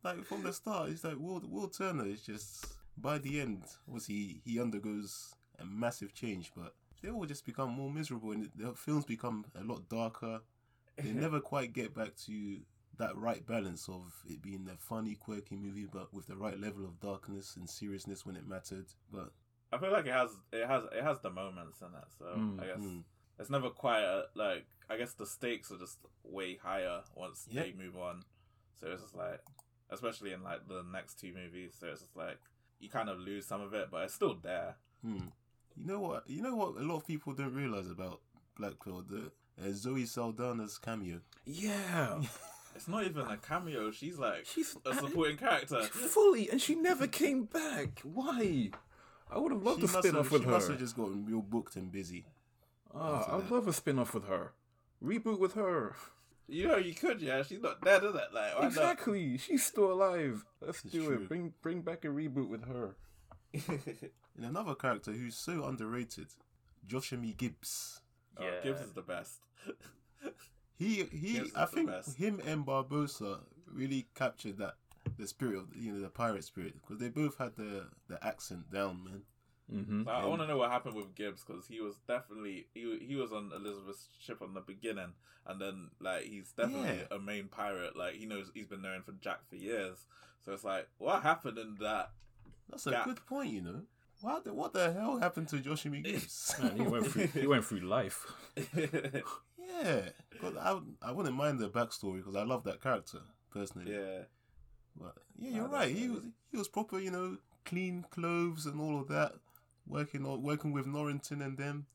[SPEAKER 2] like from the start, it's like Will Will Turner is just by the end, obviously he undergoes a massive change, but they all just become more miserable and the films become a lot darker. They never quite get back to that right balance of it being a funny, quirky movie, but with the right level of darkness and seriousness when it mattered. But
[SPEAKER 3] I feel like it has it has it has the moments in it, so
[SPEAKER 1] Mm,
[SPEAKER 3] I guess
[SPEAKER 2] mm.
[SPEAKER 3] it's never quite a, like I guess the stakes are just way higher once
[SPEAKER 2] Yeah.
[SPEAKER 3] they move on. So it's just like, especially in like the next two movies, so it's just like you kind of lose some of it, but it's still there.
[SPEAKER 2] Hmm. You know what? You know what? A lot of people don't realize about Black Pearl. The uh, Zoe Saldana's cameo.
[SPEAKER 1] Yeah.
[SPEAKER 3] It's not even a cameo. She's like
[SPEAKER 1] She's
[SPEAKER 3] a supporting character.
[SPEAKER 1] fully, and she never came back. Why? I would have loved
[SPEAKER 2] She
[SPEAKER 1] a
[SPEAKER 2] must
[SPEAKER 1] spin
[SPEAKER 2] have
[SPEAKER 1] off with
[SPEAKER 2] she must
[SPEAKER 1] her.
[SPEAKER 2] have just gotten real booked and busy.
[SPEAKER 1] Ah, I would love a spin off with her. Reboot with her.
[SPEAKER 3] You know, you could, yeah. She's not dead, is it? Like, why
[SPEAKER 1] Exactly. She's still alive. Let's
[SPEAKER 2] It's
[SPEAKER 1] do
[SPEAKER 2] true.
[SPEAKER 1] it. Bring bring back a reboot with her.
[SPEAKER 3] not?
[SPEAKER 2] And another character who's so underrated, Joshimi Gibbs.
[SPEAKER 3] Oh,
[SPEAKER 4] Yeah.
[SPEAKER 3] Gibbs is the best.
[SPEAKER 2] He he
[SPEAKER 3] Gibbs is
[SPEAKER 2] I
[SPEAKER 3] the
[SPEAKER 2] think
[SPEAKER 3] best.
[SPEAKER 2] him and Barbosa really captured that the spirit of you know the pirate spirit because they both had the the accent down, man.
[SPEAKER 1] Mm-hmm.
[SPEAKER 3] I want to know what happened with Gibbs because he was definitely he he was on Elizabeth's ship from the beginning, and then like he's definitely
[SPEAKER 2] Yeah.
[SPEAKER 3] a main pirate. Like he knows he's been known for Jack for years, so it's like what happened in that?
[SPEAKER 2] That's a
[SPEAKER 3] Yeah.
[SPEAKER 2] good point, you know. What the, what the hell happened to Joshimi Gibbs?
[SPEAKER 1] Eh, Man, he went through he went through life.
[SPEAKER 2] yeah, 'cause I would- I wouldn't mind the backstory because I love that character personally.
[SPEAKER 3] yeah,
[SPEAKER 2] But yeah, you're
[SPEAKER 3] Ah,
[SPEAKER 2] right. He was
[SPEAKER 3] definitely.
[SPEAKER 2] he was proper, you know, clean clothes and all of that, working on working with Norrington and them.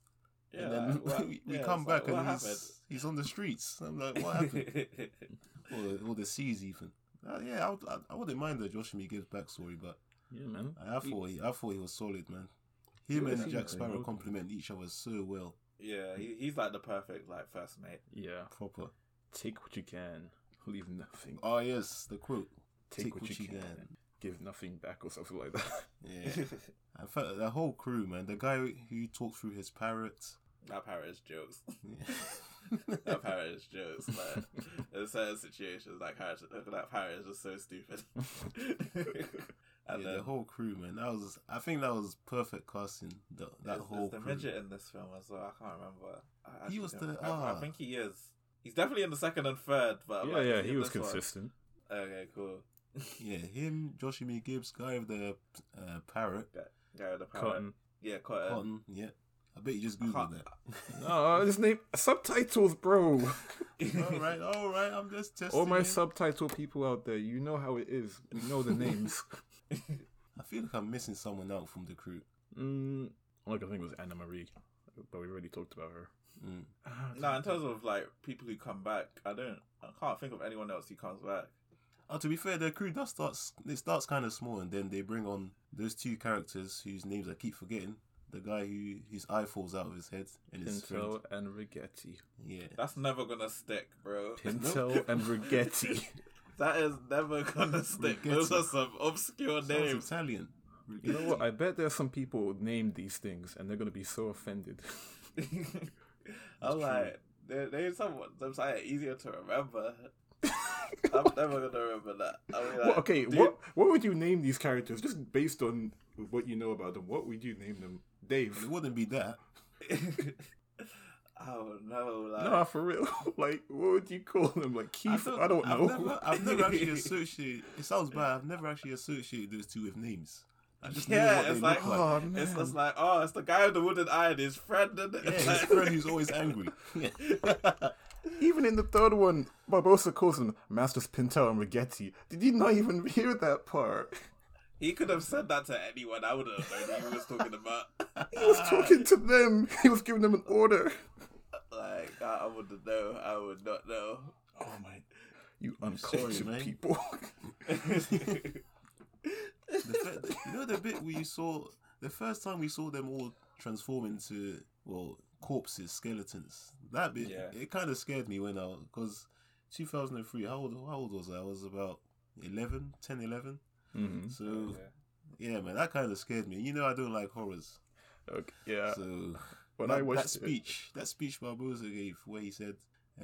[SPEAKER 3] yeah.
[SPEAKER 2] and then
[SPEAKER 3] like, what-
[SPEAKER 2] we, we
[SPEAKER 3] yeah,
[SPEAKER 2] come
[SPEAKER 3] it's
[SPEAKER 2] back
[SPEAKER 3] like,
[SPEAKER 2] and
[SPEAKER 3] what
[SPEAKER 2] he's, he's on the streets. I'm like, what happened?
[SPEAKER 3] happened?
[SPEAKER 2] or, the, or the seas even. Uh, yeah, I, would, I, I wouldn't mind the Joshimi Gibbs backstory, but
[SPEAKER 1] Yeah, man.
[SPEAKER 2] I, I thought he, I thought he was solid, man. Him
[SPEAKER 1] Yeah,
[SPEAKER 2] and
[SPEAKER 1] he
[SPEAKER 2] Jack
[SPEAKER 1] was
[SPEAKER 2] Sparrow
[SPEAKER 1] solid.
[SPEAKER 2] complement each other so well,
[SPEAKER 3] yeah, he, he's like the perfect like first mate.
[SPEAKER 1] Yeah.
[SPEAKER 2] proper.
[SPEAKER 1] Take what you can, leave nothing.
[SPEAKER 2] Oh yes, the quote.
[SPEAKER 1] Take, what, you can. give nothing back or something like that.
[SPEAKER 2] Yeah, I felt the whole crew, man. The guy who talked through his parrots.
[SPEAKER 3] That pirate is jokes.
[SPEAKER 2] Yeah.
[SPEAKER 3] that pirate is jokes. Like in certain situations, that pirate, that pirate is just so stupid. and
[SPEAKER 2] yeah, the
[SPEAKER 3] then
[SPEAKER 2] whole crew, man. That was, I think, that was perfect casting. The, that
[SPEAKER 3] there's,
[SPEAKER 2] whole
[SPEAKER 3] there's the
[SPEAKER 2] crew.
[SPEAKER 3] midget in this film as well. I can't remember. I
[SPEAKER 2] He
[SPEAKER 3] actually
[SPEAKER 2] was
[SPEAKER 3] don't-
[SPEAKER 2] the-
[SPEAKER 3] I, I
[SPEAKER 2] ah.
[SPEAKER 3] think he is. He's definitely in the second and third. But
[SPEAKER 1] yeah,
[SPEAKER 3] like,
[SPEAKER 1] yeah,
[SPEAKER 3] is
[SPEAKER 1] he
[SPEAKER 3] in
[SPEAKER 1] was
[SPEAKER 3] this one?
[SPEAKER 1] consistent.
[SPEAKER 3] Okay, cool.
[SPEAKER 2] Yeah, him, Joshimi Gibbs, guy with the uh, parrot,
[SPEAKER 3] Guy with the pirate.
[SPEAKER 1] Cotton.
[SPEAKER 3] Yeah, Cotton.
[SPEAKER 2] Cotton. Yeah, Uh, I bet you just googled
[SPEAKER 3] Cotton.
[SPEAKER 2] that.
[SPEAKER 1] No, Ah, his name subtitles, bro.
[SPEAKER 2] all right, all right. I'm just testing.
[SPEAKER 1] All my
[SPEAKER 2] it.
[SPEAKER 1] subtitle people out there, you know how it is. We know the names.
[SPEAKER 2] I feel like I'm missing someone out from the crew.
[SPEAKER 1] Mm, like I think it was Anna Marie, but we already talked about her.
[SPEAKER 2] Mm.
[SPEAKER 1] Ah,
[SPEAKER 3] No, in terms of like people who come back, I don't. I can't think of anyone else who comes back.
[SPEAKER 2] Oh, to be fair, the crew does starts. It starts kind of small, and then they bring on those two characters whose names I keep forgetting. The guy who his eye falls out of his head and his friend.
[SPEAKER 1] Pinto and Rigetti.
[SPEAKER 2] Yeah.
[SPEAKER 3] That's never gonna stick, bro.
[SPEAKER 1] Pinto and Rigetti.
[SPEAKER 3] That is never gonna stick. Those
[SPEAKER 2] Rigetti.
[SPEAKER 3] are some obscure
[SPEAKER 2] Sounds
[SPEAKER 3] names.
[SPEAKER 2] Italian.
[SPEAKER 1] You know what? I bet there's some people named these things, and they're gonna be so offended.
[SPEAKER 3] I'm like, they they some names are easier to remember. I'm never gonna remember that. I mean, like,
[SPEAKER 1] Well, okay,
[SPEAKER 3] dude,
[SPEAKER 1] what what would you name these characters just based on what you know about them? What would you name them,
[SPEAKER 2] It
[SPEAKER 1] Dave?
[SPEAKER 2] wouldn't be that.
[SPEAKER 3] I don't know. Oh, Like,
[SPEAKER 1] Nah, for real. Like, what would you call them? Like Keith? I don't,
[SPEAKER 2] I've
[SPEAKER 1] know.
[SPEAKER 2] Never, I've never actually associated. It sounds bad. I've never actually associated those two with names. I just knew
[SPEAKER 3] Yeah,
[SPEAKER 2] what
[SPEAKER 3] it's
[SPEAKER 2] they
[SPEAKER 3] like-
[SPEAKER 2] look like.
[SPEAKER 1] oh
[SPEAKER 3] it's
[SPEAKER 1] man,
[SPEAKER 3] just like, oh, it's the guy with the wooden eye and his friend. And
[SPEAKER 2] Yeah, his friend who's always angry.
[SPEAKER 1] even in the third one, Barbosa calls them Masters Pintel and Rigetti. Did you not even hear that part?
[SPEAKER 3] He could have said that to anyone. I would have known who he was talking about.
[SPEAKER 1] He
[SPEAKER 2] Ah.
[SPEAKER 1] was talking to them. He was giving them an order.
[SPEAKER 3] Like, I, I wouldn't know. I would not know. Oh my.
[SPEAKER 1] You
[SPEAKER 2] sorry,
[SPEAKER 1] uncultured
[SPEAKER 2] mate.
[SPEAKER 1] people.
[SPEAKER 2] The fir- you know the bit where you saw the first time we saw them all transform into well corpses, skeletons. That bit
[SPEAKER 3] Yeah.
[SPEAKER 2] it kind of scared me when I because 2003. How old? How old was I? I was about 11, 10, 11.
[SPEAKER 1] mm-hmm.
[SPEAKER 2] So yeah, man, that kind of scared me. You know I don't like horrors.
[SPEAKER 1] okay, yeah.
[SPEAKER 2] So
[SPEAKER 1] when
[SPEAKER 2] that,
[SPEAKER 1] I watched
[SPEAKER 2] that
[SPEAKER 1] it-
[SPEAKER 2] speech, that speech Barbosa gave, where he said,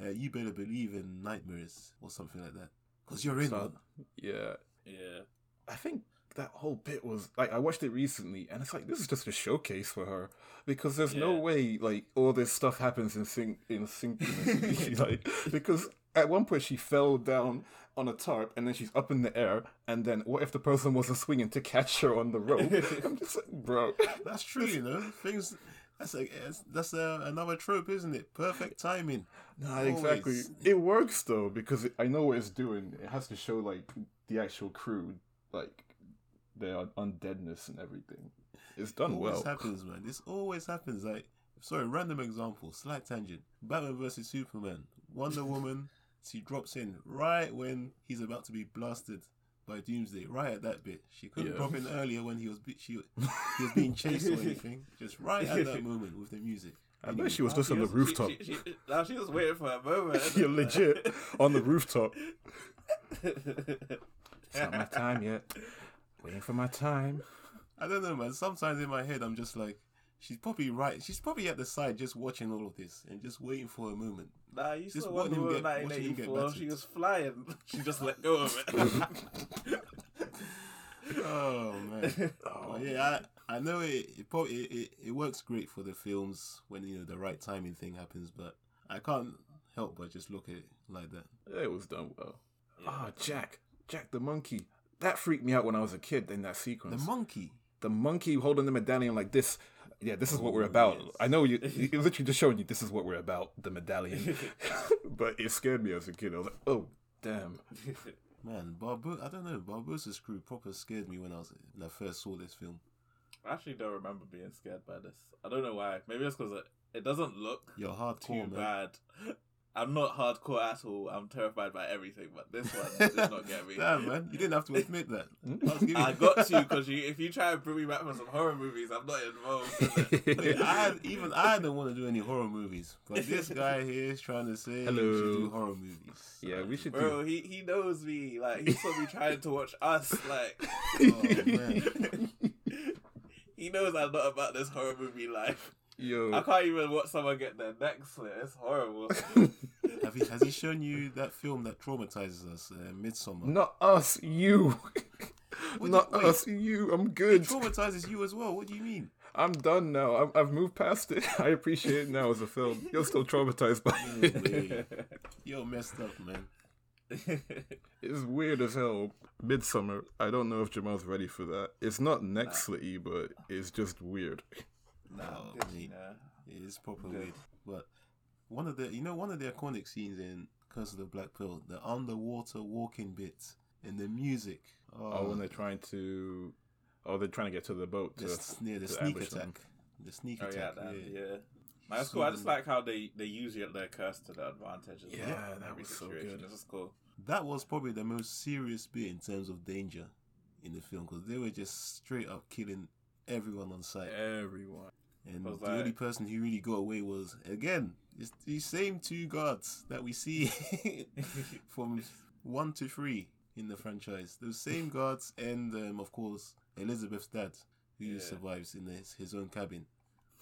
[SPEAKER 2] uh, "You better believe in nightmares" or something like that, because you're in
[SPEAKER 1] So-
[SPEAKER 2] one.
[SPEAKER 1] yeah,
[SPEAKER 3] Yeah.
[SPEAKER 1] I think that whole bit was like I watched it recently, and it's like this is just a showcase for her because there's no
[SPEAKER 3] Yeah.
[SPEAKER 1] way like all this stuff happens in sync in synchronicity. like because at one point she fell down on a tarp, and then she's up in the air, and then what if the person wasn't swinging to catch her on the rope? I'm just like, bro,
[SPEAKER 2] That's true, you know. Things. That's like that's- that's uh, another trope, isn't it? Perfect timing.
[SPEAKER 1] not exactly.
[SPEAKER 2] Always.
[SPEAKER 1] It works though because I know what it's doing. It has to show like the actual crew, like their undeadness and everything. It's done
[SPEAKER 2] always
[SPEAKER 1] well.
[SPEAKER 2] happens, man. This always happens. Like sorry, random example, slight tangent. Batman versus Superman, Wonder Woman, she drops in right when he's about to be blasted by Doomsday, right at that bit. She couldn't
[SPEAKER 1] Yeah.
[SPEAKER 2] drop in earlier when he was be- she he was being chased or anything. Just right at that moment with the music.
[SPEAKER 1] I
[SPEAKER 2] Anyway,
[SPEAKER 1] bet she was just on the
[SPEAKER 3] was-
[SPEAKER 1] rooftop.
[SPEAKER 3] She, she, she, now she was waiting for a moment.
[SPEAKER 1] You're legit on the rooftop.
[SPEAKER 3] yeah,
[SPEAKER 1] It's not my time yet. Waiting for my time.
[SPEAKER 2] I don't know, man. Sometimes in my head, I'm just like, she's probably right. She's probably at the side, just watching all of this and just waiting for a moment.
[SPEAKER 3] Nah, you
[SPEAKER 2] Just
[SPEAKER 3] saw
[SPEAKER 2] watch
[SPEAKER 3] Wonder Woman
[SPEAKER 2] him get- watch him get
[SPEAKER 3] 1984. She
[SPEAKER 2] battered.
[SPEAKER 3] was flying. She just let go of it.
[SPEAKER 2] Oh man. But yeah, I, I know it. It, probably, it it it works great for the films when you know the right timing thing happens, but I can't help but just look at it like that.
[SPEAKER 1] It was done well.
[SPEAKER 3] Yeah.
[SPEAKER 1] Ah, Jack. Jack the monkey. That freaked me out when I was a kid in that
[SPEAKER 2] The
[SPEAKER 1] sequence.
[SPEAKER 2] monkey.
[SPEAKER 1] the monkey holding the medallion like this. Yeah, this is what we're about.
[SPEAKER 2] yes.
[SPEAKER 1] I know you. It was literally just showing you this is what we're about. The medallion, but it scared me as a kid. I was like, oh damn.
[SPEAKER 2] Man, Barbo I don't know, Barbosa Screw proper scared me when I was when I first saw this film.
[SPEAKER 3] I actually don't remember being scared by this. I don't know why. Maybe it's because it, it doesn't look
[SPEAKER 2] You're
[SPEAKER 3] too
[SPEAKER 2] hardcore, man.
[SPEAKER 3] bad. I'm not hardcore at all. I'm terrified by everything, but this one did not get me.
[SPEAKER 2] Damn, man. You didn't have to admit that. I, was giving-
[SPEAKER 3] I got to because you, if you try and bring me back from some horror movies, I'm not involved. in it.
[SPEAKER 2] Wait, I had, even I don't want to do any horror movies, but this guy here is trying to say we
[SPEAKER 1] Hello.
[SPEAKER 2] should do horror movies.
[SPEAKER 1] yeah, we should do.
[SPEAKER 3] Bro, he, he knows me. Like he saw me trying to watch us. Like
[SPEAKER 2] Oh man,
[SPEAKER 3] he knows I'm not about this horror movie life. I
[SPEAKER 1] Yo,
[SPEAKER 3] can't even watch someone get their neck slit. It's horrible.
[SPEAKER 2] Have he, has he shown you that film that traumatizes us, uh, Midsummer?
[SPEAKER 1] not us, you.
[SPEAKER 2] What
[SPEAKER 1] not
[SPEAKER 2] do you- wait.
[SPEAKER 1] us, you. I'm good.
[SPEAKER 2] traumatizes you as well. What do you mean?
[SPEAKER 1] I'm done now. I've, I've moved past it. I appreciate it now as a film. You're still traumatized by it.
[SPEAKER 2] You're messed up, man.
[SPEAKER 1] It's weird as hell. Midsummer. I don't know if Jamal's ready for that. It's not next slitty, but it's just weird.
[SPEAKER 2] No,
[SPEAKER 3] Good, you
[SPEAKER 2] mate,
[SPEAKER 3] know.
[SPEAKER 2] it is proper weird. But one of the, you know, one of the iconic scenes in Curse of the Black Pearl, the underwater walking bit and the music. Oh,
[SPEAKER 1] Oh, when they're trying to, oh, they're trying to get to the boat.
[SPEAKER 2] the,
[SPEAKER 1] To,
[SPEAKER 2] s- yeah, the
[SPEAKER 1] to
[SPEAKER 2] sneak
[SPEAKER 1] ambush
[SPEAKER 2] attack,
[SPEAKER 1] them.
[SPEAKER 2] the sneak
[SPEAKER 3] Oh yeah,
[SPEAKER 2] attack.
[SPEAKER 3] that,
[SPEAKER 2] yeah.
[SPEAKER 3] yeah. Nah, it's cool. I just like how they they use your, their curse to their advantage. As
[SPEAKER 1] Yeah,
[SPEAKER 3] well in
[SPEAKER 1] that
[SPEAKER 3] every
[SPEAKER 1] was so
[SPEAKER 3] situation.
[SPEAKER 1] good.
[SPEAKER 3] It's just cool.
[SPEAKER 2] That was probably the most serious bit in terms of danger in the film because they were just straight up killing everyone on sight.
[SPEAKER 1] Everyone.
[SPEAKER 2] And
[SPEAKER 3] Was
[SPEAKER 2] the only
[SPEAKER 3] like-
[SPEAKER 2] person who really got away was again it's the same two gods that we see from one to three in the franchise. Those same gods, and um, of course Elizabeth's dad, who
[SPEAKER 3] Yeah.
[SPEAKER 2] survives in his, his own cabin.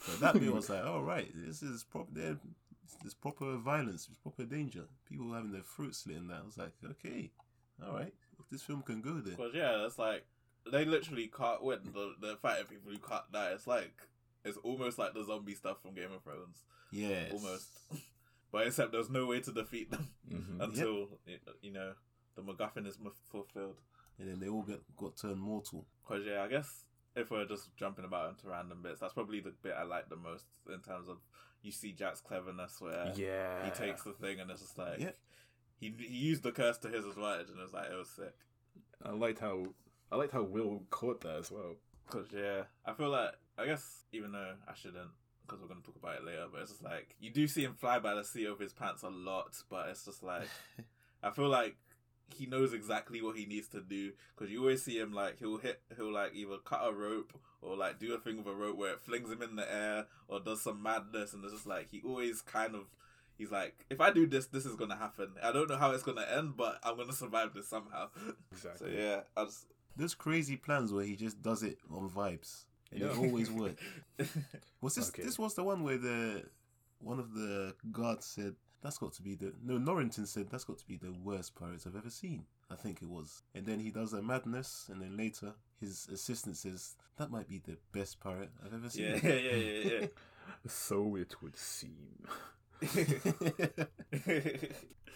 [SPEAKER 2] But that bit was like, all right, this is proper. There's proper violence. There's proper danger. People having their throats slit and that. I was like, okay, all right, this film can go there.
[SPEAKER 3] Because yeah, it's like they literally can't win. They're, they're fighting people who can't die. It's like it's almost like the zombie stuff from Game of Thrones,
[SPEAKER 2] Yes,
[SPEAKER 3] almost. but except there's no way to defeat them
[SPEAKER 1] Mm-hmm.
[SPEAKER 3] until y- you know the MacGuffin is mu- fulfilled.
[SPEAKER 2] And then they all get got turned mortal.
[SPEAKER 3] Because yeah, I guess if we're just jumping about into random bits, that's probably the bit I like the most in terms of you see Jack's cleverness where
[SPEAKER 1] Yeah.
[SPEAKER 3] he takes the thing and it's just like
[SPEAKER 2] Yeah.
[SPEAKER 3] he, he used the curse to his advantage and it was like it was sick.
[SPEAKER 1] I liked how I liked how Will caught that as well.
[SPEAKER 3] Cause yeah, I feel like I guess even though I shouldn't, because we're gonna talk about it later, but it's just like you do see him fly by the seat of his pants a lot, but it's just like I feel like he knows exactly what he needs to do because you always see him like he'll hit he'll like either cut a rope or like do a thing with a rope where it flings him in the air or does some madness and it's just like he always kind of he's like if I do this this is gonna happen I don't know how it's gonna end but I'm gonna survive this somehow so
[SPEAKER 1] Exactly.
[SPEAKER 3] yeah I just
[SPEAKER 2] Those crazy plans where he just does it on vibes. And
[SPEAKER 1] Yeah.
[SPEAKER 2] it always works. Was this
[SPEAKER 1] Okay.
[SPEAKER 2] this was the one where the one of the guards said that's got to be the no Norrington said that's got to be the worst pirates I've ever seen. I think it was. And then he does a madness and then later his assistant says that might be the best pirate I've ever
[SPEAKER 3] yeah
[SPEAKER 2] seen.
[SPEAKER 3] yeah yeah yeah, yeah.
[SPEAKER 1] So it would seem.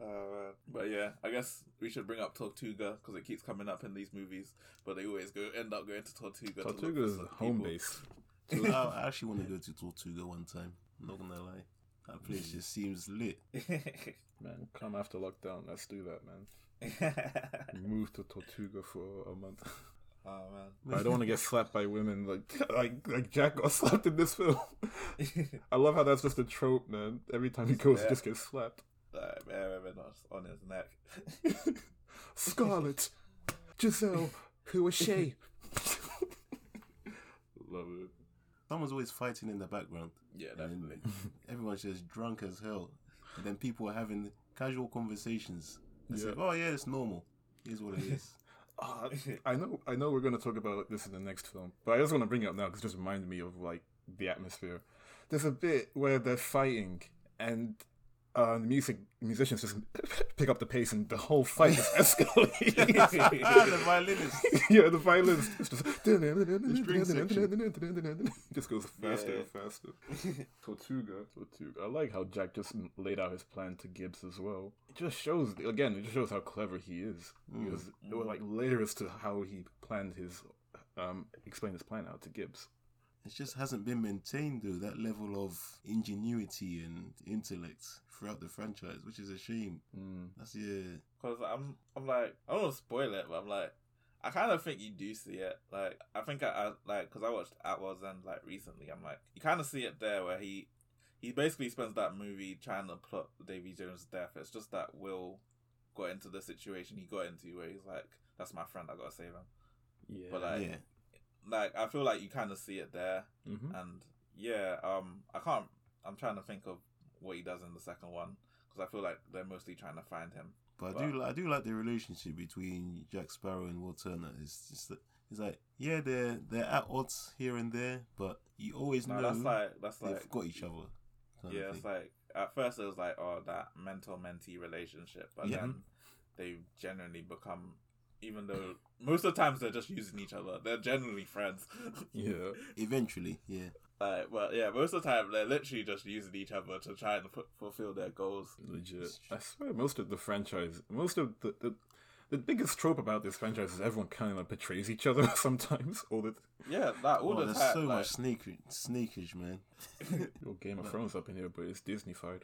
[SPEAKER 3] Uh, but yeah, I guess we should bring up Tortuga because it keeps coming up in these movies, but they always go end up going to Tortuga. to look for
[SPEAKER 1] Tortuga's
[SPEAKER 3] some
[SPEAKER 1] home
[SPEAKER 3] people.
[SPEAKER 1] base.
[SPEAKER 2] so I, I actually want to go to Tortuga one time. I'm not gonna lie. That place just seems lit.
[SPEAKER 1] Man, come after lockdown. Let's do that, man. Move to Tortuga for a month.
[SPEAKER 4] Oh
[SPEAKER 1] I don't want to get slapped by women like like like Jack got slapped in this film.
[SPEAKER 4] man.
[SPEAKER 1] I love how that's just a trope, man. Every time he goes, he just gets slapped.
[SPEAKER 4] like, man, man, man, that's on his neck.
[SPEAKER 1] Scarlett, Giselle, who was she? love it.
[SPEAKER 2] Someone's always fighting in the background.
[SPEAKER 3] Yeah,
[SPEAKER 2] And
[SPEAKER 3] definitely.
[SPEAKER 2] then everyone's just drunk as hell. And then people are having casual conversations. It's
[SPEAKER 1] Yeah.
[SPEAKER 2] like, oh yeah, it's normal. Here's what it is.
[SPEAKER 1] Ah, I know, I know, we're gonna talk about this in the next film, but I just want to bring it up now because it just reminded me of like the atmosphere. There's a bit where they're fighting and. Uh, the music musicians just pick up the pace, and the whole fight just escalates.
[SPEAKER 2] ah, the violinist.
[SPEAKER 1] yeah, the violence is just
[SPEAKER 2] string
[SPEAKER 1] It just goes faster and faster. Tortuga, Tortuga. I like how Jack just m- laid out his plan to Gibbs as well. It just shows again. It just shows how clever he is. Because there were like layers to how he planned his, um, explained his plan out to Gibbs.
[SPEAKER 2] It just hasn't been maintained though, that level of ingenuity and intellect throughout the franchise, which is a shame.
[SPEAKER 1] Mm.
[SPEAKER 2] That's yeah.
[SPEAKER 3] Because I'm, I'm like, I don't want to spoil it, but I'm like, I kind of think you do see it. Like, I think I, I like, because I watched Atwell's End, like, recently. I'm like, you kind of see it there where he, he basically spends that movie trying to plot Davy Jones' death. It's just that Will got into the situation he got into where he's like, that's my friend, I gotta save him.
[SPEAKER 1] Yeah.
[SPEAKER 3] But like,
[SPEAKER 2] yeah.
[SPEAKER 3] like I feel like you kind of see it there.
[SPEAKER 1] Mhm.
[SPEAKER 3] And yeah, um, I can't. I'm trying to think of what he does in the second one because I feel like they're mostly trying to find him.
[SPEAKER 2] But I do li- I do like the relationship between Jack Sparrow and Will Turner. It's just that- it's like yeah, they're they're at odds here and there, but you always
[SPEAKER 3] No,
[SPEAKER 2] know
[SPEAKER 3] that's like that's
[SPEAKER 2] they've
[SPEAKER 3] like
[SPEAKER 2] got each other. kind of
[SPEAKER 3] Yeah,
[SPEAKER 2] thing.
[SPEAKER 3] it's like at first it was like oh that mentor mentee relationship, but
[SPEAKER 2] Yeah.
[SPEAKER 3] then they generally become. Even though most of the times they're just using each other, they're generally friends.
[SPEAKER 1] Yeah.
[SPEAKER 2] eventually, yeah.
[SPEAKER 3] like, well, yeah, most of the time they're literally just using each other to try and fu- fulfill their goals.
[SPEAKER 1] Legit. I swear, most of the franchise, most of the, the the biggest trope about this franchise is everyone kind of betrays each other sometimes. All the
[SPEAKER 3] Yeah, that all
[SPEAKER 2] Oh,
[SPEAKER 3] the
[SPEAKER 2] there's
[SPEAKER 3] time.
[SPEAKER 2] so
[SPEAKER 3] like,
[SPEAKER 2] much sneakage, sneakage, man.
[SPEAKER 1] your Game of Thrones up in here, but it's Disneyfied.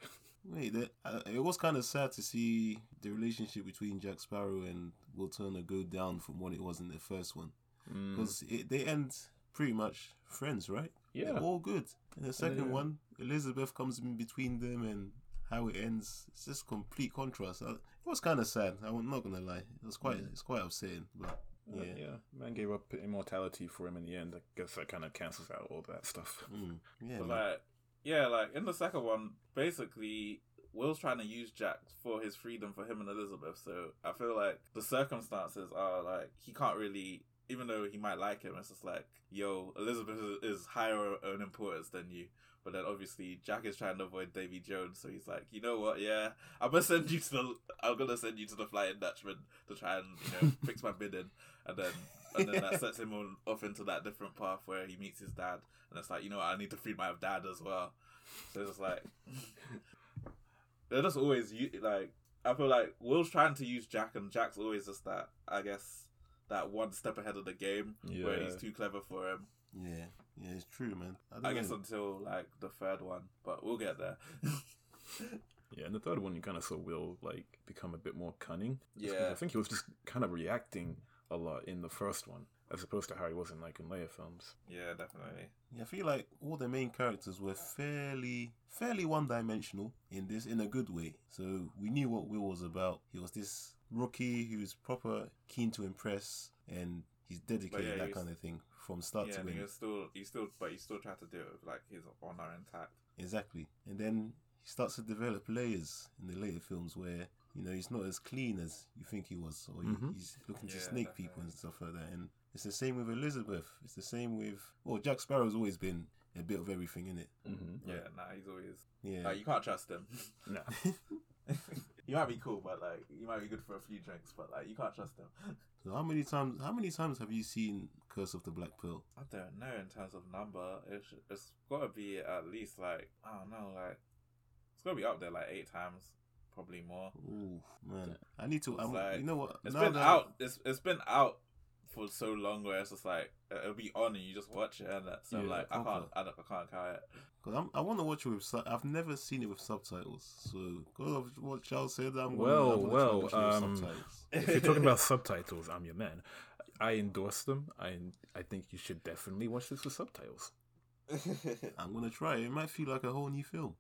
[SPEAKER 2] Wait, that, uh, it was kind of sad to see the relationship between Jack Sparrow and Will Turner go down from what it was in the first one
[SPEAKER 1] Mm,
[SPEAKER 2] because they end pretty much friends, right? They're
[SPEAKER 1] Yeah.
[SPEAKER 2] all good. In the second
[SPEAKER 1] Yeah.
[SPEAKER 2] one, Elizabeth comes in between them, and how it ends, it's just complete contrast. Uh, It was kind of sad. I'm not gonna lie, it was quite, it's quite upsetting. But
[SPEAKER 1] Yeah.
[SPEAKER 2] yeah,
[SPEAKER 1] uh, yeah, man gave up immortality for him in the end. I guess that kind of cancels out all that stuff.
[SPEAKER 2] Mm. yeah,
[SPEAKER 3] But
[SPEAKER 2] man.
[SPEAKER 3] like, yeah, like in the second one, basically, Will's trying to use Jack for his freedom for him and Elizabeth. So I feel like the circumstances are like he can't really, even though he might like him, it's just like, yo, Elizabeth is- is higher in importance than you. But then obviously Jack is trying to avoid Davy Jones, so he's like, you know what? Yeah, I'm gonna send you to the, I'm gonna send you to the Flying Dutchman to try and you know fix my bidding, and then and then that sets him on, off into that different path where he meets his dad, and it's like, you know, what, I need to feed my dad as well. So it's just like they're just always u- like I feel like Will's trying to use Jack, and Jack's always just that I guess that one step ahead of the game where
[SPEAKER 1] Yeah.
[SPEAKER 3] he's too clever for him.
[SPEAKER 2] yeah, yeah, it's true, man. I, don't
[SPEAKER 3] I guess
[SPEAKER 2] know.
[SPEAKER 3] until like the third one, but we'll get there.
[SPEAKER 1] Yeah, and the third one, you kind of saw Will like become a bit more cunning. Just 'cause
[SPEAKER 3] Yeah.
[SPEAKER 1] I think he was just kind of reacting a lot in the first one, as opposed to how he was in like in later films.
[SPEAKER 3] yeah, definitely.
[SPEAKER 2] Yeah, I feel like all the main characters were fairly fairly one dimensional in this in a good way. So we knew what Will was about. He was this rookie who was proper keen to impress and he's dedicated
[SPEAKER 3] yeah,
[SPEAKER 2] that
[SPEAKER 3] he was-
[SPEAKER 2] kind of thing from start
[SPEAKER 3] yeah,
[SPEAKER 2] to
[SPEAKER 3] and
[SPEAKER 2] end.
[SPEAKER 3] you still you still but you still try to do it with like his honor intact.
[SPEAKER 2] Exactly. And then he starts to develop layers in the later films where, you know, he's not as clean as you think he was, or he-
[SPEAKER 1] Mhm.
[SPEAKER 2] he's looking to
[SPEAKER 3] Yeah,
[SPEAKER 2] snake people and stuff like that. And it's the same with Elizabeth. It's the same with, well, Jack Sparrow's always been a bit of everything in it.
[SPEAKER 3] Uh,
[SPEAKER 1] Mm-hmm.
[SPEAKER 3] Yeah, nah, he's always
[SPEAKER 2] Yeah.
[SPEAKER 3] like you can't trust him.
[SPEAKER 1] Nah,
[SPEAKER 3] you might be cool, but like you might be good for a few drinks, but like you can't trust him.
[SPEAKER 2] So how many times? How many times have you seen Curse of the Black Pearl?
[SPEAKER 3] I don't know in terms of number. It's it's gotta be at least like I don't know, like it's gotta be up there like eight times, probably more.
[SPEAKER 2] Ooh man, I need to. I'm,
[SPEAKER 3] Like,
[SPEAKER 2] you know what?
[SPEAKER 3] It's
[SPEAKER 2] now
[SPEAKER 3] been
[SPEAKER 2] that-
[SPEAKER 3] out. It's it's been out for so long where it's just like it'll be on and you just watch it and that. So
[SPEAKER 1] Yeah,
[SPEAKER 3] like I
[SPEAKER 2] proper.
[SPEAKER 3] can't I, don't, I can't count it.
[SPEAKER 2] 'cause I'm, I want to watch it with. sub- I've never seen it with subtitles. So because of what Charles said, I'm gonna,
[SPEAKER 1] Well,
[SPEAKER 2] I'm gonna try
[SPEAKER 1] well,
[SPEAKER 2] and watch it with
[SPEAKER 1] um,
[SPEAKER 2] subtitles.
[SPEAKER 1] if you're talking about subtitles, I'm your man. I endorse them. I I think you should definitely watch this with subtitles.
[SPEAKER 2] I'm gonna try. It It might feel like a whole new film.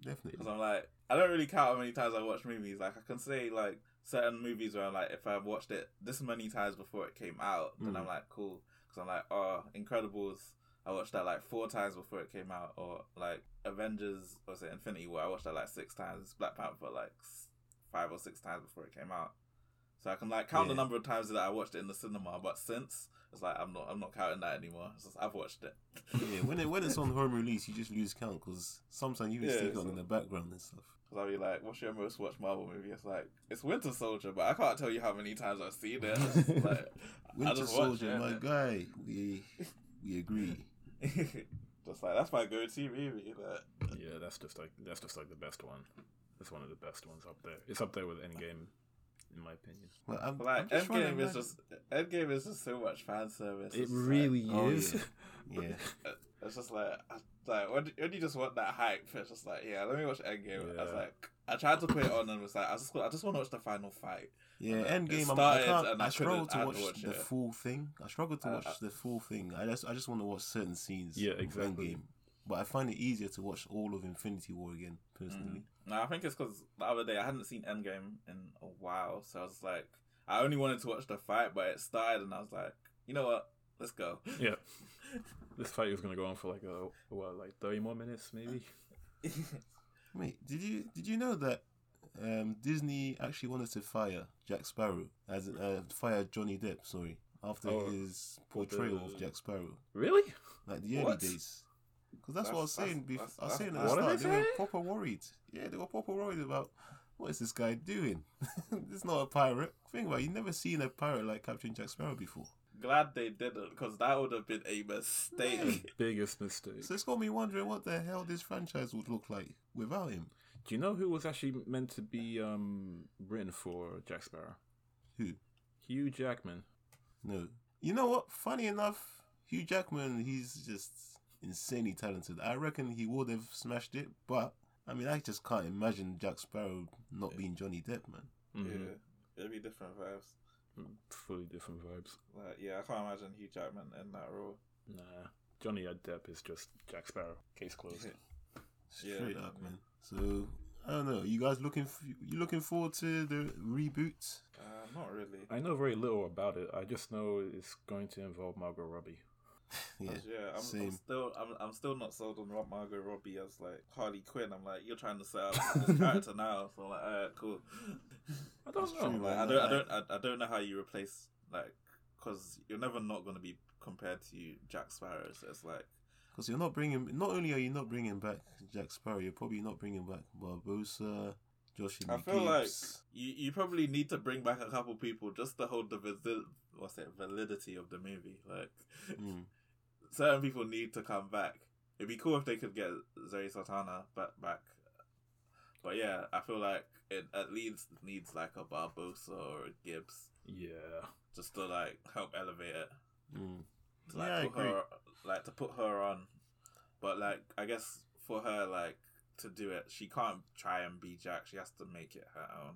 [SPEAKER 2] Definitely.
[SPEAKER 3] Because I'm like, I don't really count how many times I watch movies. Like, I can say, like, certain movies where I'm like, if I've watched it this many times before it came out, then
[SPEAKER 2] Mm.
[SPEAKER 3] I'm like, cool. Because I'm like, oh, Incredibles, I watched that like four times before it came out. Or, like, Avengers, or was it Infinity War? I watched that like six times. Black Panther, like, s- five or six times before it came out. So I can like count the
[SPEAKER 2] Yeah.
[SPEAKER 3] number of times that I watched it in the cinema, but since it's like I'm not I'm not counting that anymore. It's just, I've watched it.
[SPEAKER 2] yeah, when it, when it's on home release, you just lose count because sometimes you can
[SPEAKER 3] Yeah,
[SPEAKER 2] stick it on
[SPEAKER 3] so-
[SPEAKER 2] in the background and stuff.
[SPEAKER 3] Because I'll be like, what's your most watched Marvel movie? It's like, it's Winter Soldier, but I can't tell you how many times I've seen it. It's just like, I
[SPEAKER 2] Winter
[SPEAKER 3] just watch
[SPEAKER 2] Soldier,
[SPEAKER 3] it,
[SPEAKER 2] my
[SPEAKER 3] innit?
[SPEAKER 2] guy. We we agree.
[SPEAKER 3] just like, that's my go to movie. Like,
[SPEAKER 1] Yeah, that's just like that's just like the best one. It's one of the best ones up there. It's up there with Endgame, in my opinion.
[SPEAKER 2] Well, I'm,
[SPEAKER 3] but
[SPEAKER 2] I'm
[SPEAKER 3] like
[SPEAKER 2] just trying to
[SPEAKER 3] Endgame is
[SPEAKER 2] imagine-
[SPEAKER 3] just, Endgame is just so much fan service.
[SPEAKER 1] It
[SPEAKER 3] It's just like-
[SPEAKER 1] really
[SPEAKER 2] Oh,
[SPEAKER 1] is.
[SPEAKER 2] yeah.
[SPEAKER 3] it's just like, I, like when, when you just want that hype, it's just like, yeah, let me watch Endgame. I was
[SPEAKER 1] Yeah.
[SPEAKER 3] like, I tried to put it on and was like, I just, I just want to watch the final fight.
[SPEAKER 2] Yeah,
[SPEAKER 3] And it
[SPEAKER 2] Endgame. I'm, I
[SPEAKER 3] started
[SPEAKER 2] can't.
[SPEAKER 3] and
[SPEAKER 2] I,
[SPEAKER 3] I
[SPEAKER 2] struggle
[SPEAKER 3] couldn't- I
[SPEAKER 2] to
[SPEAKER 3] had
[SPEAKER 2] watch,
[SPEAKER 3] to watch
[SPEAKER 2] the
[SPEAKER 3] it.
[SPEAKER 2] full thing. I struggle to
[SPEAKER 3] Uh,
[SPEAKER 2] watch
[SPEAKER 3] uh,
[SPEAKER 2] the full thing. I just, I just want to watch certain scenes.
[SPEAKER 1] Yeah,
[SPEAKER 2] of
[SPEAKER 1] exactly.
[SPEAKER 2] Endgame. But I find it easier to watch all of Infinity War again, personally.
[SPEAKER 3] Mm-hmm. No, I think it's because the other day I hadn't seen Endgame in a while, so I was like, I only wanted to watch the fight, but it started, and I was like, you know what? Let's go.
[SPEAKER 1] Yeah. This fight was gonna go on for like a what, like thirty more minutes maybe.
[SPEAKER 2] Wait, did you did you know that um, Disney actually wanted to fire Jack Sparrow as in, uh, fire Johnny Depp? Sorry, after
[SPEAKER 1] Oh,
[SPEAKER 2] his
[SPEAKER 1] for the-
[SPEAKER 2] portrayal of Jack Sparrow,
[SPEAKER 1] Really?
[SPEAKER 2] like the early
[SPEAKER 3] What?
[SPEAKER 2] days. Because that's, what I was
[SPEAKER 3] That's-
[SPEAKER 2] saying.
[SPEAKER 3] that's-
[SPEAKER 2] bef- I
[SPEAKER 3] that's-
[SPEAKER 2] was saying at the
[SPEAKER 3] that's-
[SPEAKER 1] What
[SPEAKER 2] start,
[SPEAKER 1] did
[SPEAKER 2] they
[SPEAKER 1] they
[SPEAKER 2] were
[SPEAKER 1] say?
[SPEAKER 2] proper worried. Yeah, they were proper worried about what is this guy doing? this is not a pirate. Think about it, you've never seen a pirate like Captain Jack Sparrow before.
[SPEAKER 3] Glad they didn't, because that would have been a mistake.
[SPEAKER 1] Biggest mistake.
[SPEAKER 2] So it's got me wondering what the hell this franchise would look like without him.
[SPEAKER 1] Do you know who was actually meant to be um written for Jack Sparrow?
[SPEAKER 2] Who?
[SPEAKER 1] Hugh Jackman.
[SPEAKER 2] No. You know what? Funny enough, Hugh Jackman, he's just insanely talented. I reckon he would have smashed it, but I mean, I just can't imagine Jack Sparrow not being Johnny Depp, man. Mm-hmm.
[SPEAKER 1] Mhm.
[SPEAKER 3] Yeah, it'd be different vibes.
[SPEAKER 1] Mm, Fully different vibes.
[SPEAKER 3] Like, yeah, I can't imagine Hugh Jackman in that role.
[SPEAKER 1] Nah. Johnny Depp is just Jack Sparrow. Case closed.
[SPEAKER 3] Yeah,
[SPEAKER 2] Straight
[SPEAKER 3] yeah,
[SPEAKER 2] up, man. So I don't know. You guys looking? F- you looking forward to the reboot?
[SPEAKER 3] Uh, not really.
[SPEAKER 1] I know very little about it. I just know it's going to involve Margot Robbie.
[SPEAKER 2] Yeah.
[SPEAKER 3] yeah, I'm, I'm
[SPEAKER 2] same.
[SPEAKER 3] still I'm, I'm still not sold on Rob Margot Robbie as like Harley Quinn. I'm like, you're trying to set up this character now, so I'm like, alright, cool.
[SPEAKER 1] I don't
[SPEAKER 2] That's
[SPEAKER 1] know.
[SPEAKER 2] true,
[SPEAKER 3] Like, I
[SPEAKER 2] man.
[SPEAKER 3] don't I don't I, I don't know how you replace like because you're never not going to be compared to Jack Sparrow. So it's like
[SPEAKER 2] Because you're not bringing. Not only are you not bringing back Jack Sparrow, you're probably not bringing back Barbosa, Josh.
[SPEAKER 3] I feel like you you probably need to bring back a couple people just to hold the visi- what's it validity of the movie. Like
[SPEAKER 2] Mm.
[SPEAKER 3] certain people need to come back. It'd be cool if they could get Zoe Santana back back. But yeah, I feel like it at least needs like a Barbosa or a Gibbs
[SPEAKER 1] Yeah.
[SPEAKER 3] just to like help elevate it.
[SPEAKER 2] Mm.
[SPEAKER 3] To, like
[SPEAKER 2] Yeah, I
[SPEAKER 3] put
[SPEAKER 2] agree.
[SPEAKER 3] her like to put her on. But like I guess for her like to do it, she can't try and be Jack. She has to make it her own.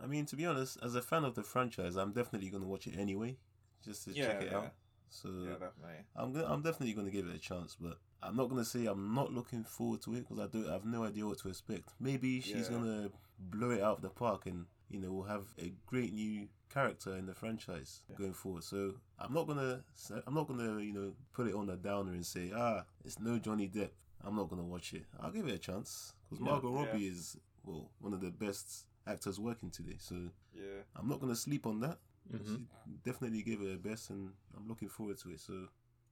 [SPEAKER 2] I mean, to be honest, as a fan of the franchise, I'm definitely gonna watch it anyway, just to check it
[SPEAKER 3] yeah.
[SPEAKER 2] out. So
[SPEAKER 3] Yeah, definitely.
[SPEAKER 2] I'm gonna, I'm definitely gonna give it a chance, but I'm not gonna say I'm not looking forward to it because I do I have no idea what to expect. Maybe she's
[SPEAKER 3] Yeah.
[SPEAKER 2] gonna blow it out of the park, and you know we'll have a great new character in the franchise going forward. So I'm not gonna say- I'm not gonna you know put it on a downer and say ah it's no Johnny Depp. I'm not gonna watch it. I'll give it a chance because
[SPEAKER 1] Yeah.
[SPEAKER 2] Margot
[SPEAKER 3] Yeah.
[SPEAKER 2] Robbie is well one of the best actors working today. So
[SPEAKER 3] Yeah.
[SPEAKER 2] I'm not gonna sleep on that.
[SPEAKER 1] hmm
[SPEAKER 3] Mm-hmm.
[SPEAKER 2] She definitely gave it her best, and I'm looking forward to it. So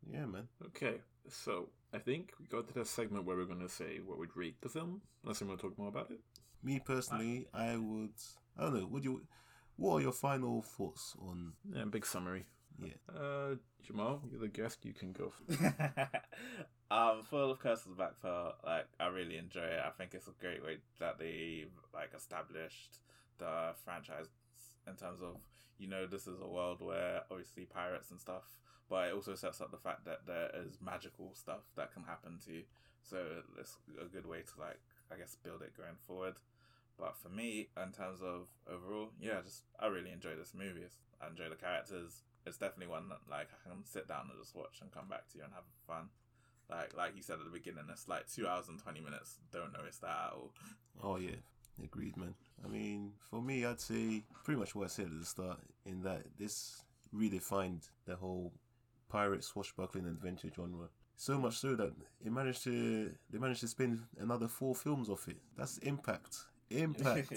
[SPEAKER 2] yeah, man.
[SPEAKER 1] Okay. So I think we got to that segment where we're going to say what we'd rate the film. Unless you want to talk more about it.
[SPEAKER 2] Me personally, I would. I don't know. Would you? What are your final thoughts on?
[SPEAKER 1] Yeah, big summary.
[SPEAKER 2] Yeah.
[SPEAKER 1] Uh, Jamal, you're the guest. You can go. f-
[SPEAKER 3] um, Full of Curses Back Pearl, like I really enjoy it. I think it's a great way that they like established the franchise in terms of you know this is a world where obviously pirates and stuff, but it also sets up the fact that there is magical stuff that can happen to. you. So it's a good way to like I guess build it going forward. But for me, in terms of overall, yeah, just I really enjoy this movie. It's I enjoy the characters. It's definitely one that like I can sit down and just watch and come back to you and have fun. Like like you said at the beginning, it's like two hours and twenty minutes. Don't notice that at all.
[SPEAKER 2] Oh yeah, agreed, man. I mean, for me, I'd say pretty much what I said at the start. In that this redefined the whole pirate swashbuckling adventure genre. So much so that it managed to they managed to spin another four films off it. That's impact. Impact.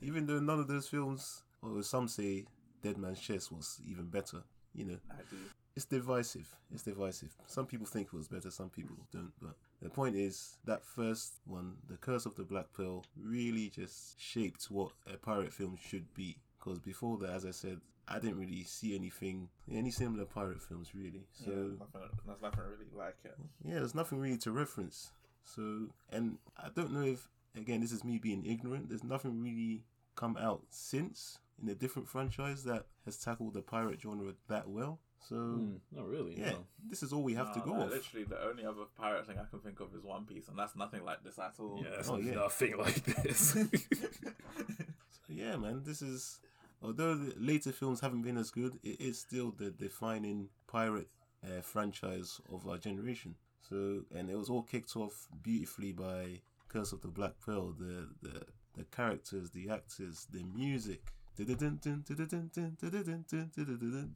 [SPEAKER 2] even though none of those films, or some say Dead Man's Chest was even better. You know,
[SPEAKER 3] I do.
[SPEAKER 2] it's divisive. It's divisive. Some people think it was better, some people don't. But the point is, that first one, The Curse of the Black Pearl, really just shaped what a pirate film should be. Because before that, as I said, I didn't really see anything, any similar pirate films really. So
[SPEAKER 3] yeah, nothing, there's nothing really like it.
[SPEAKER 2] yeah, there's nothing really to reference. So, and I don't know if, again, this is me being ignorant, there's nothing really come out since in a different franchise that has tackled the pirate genre that well. So,
[SPEAKER 1] Hmm, not really.
[SPEAKER 2] yeah,
[SPEAKER 1] No.
[SPEAKER 2] this is all we have to
[SPEAKER 3] Nah,
[SPEAKER 2] go
[SPEAKER 3] like,
[SPEAKER 2] off.
[SPEAKER 3] Literally, the only other pirate thing I can think of is One Piece, and that's nothing like this at all.
[SPEAKER 1] Yeah, it's
[SPEAKER 2] Oh, yeah.
[SPEAKER 1] nothing like this.
[SPEAKER 2] So, yeah, man, this is. Although the later films haven't been as good, it is still the defining pirate uh, franchise of our generation. So, and it was all kicked off beautifully by Curse of the Black Pearl. The the, the characters, the actors, the music. You know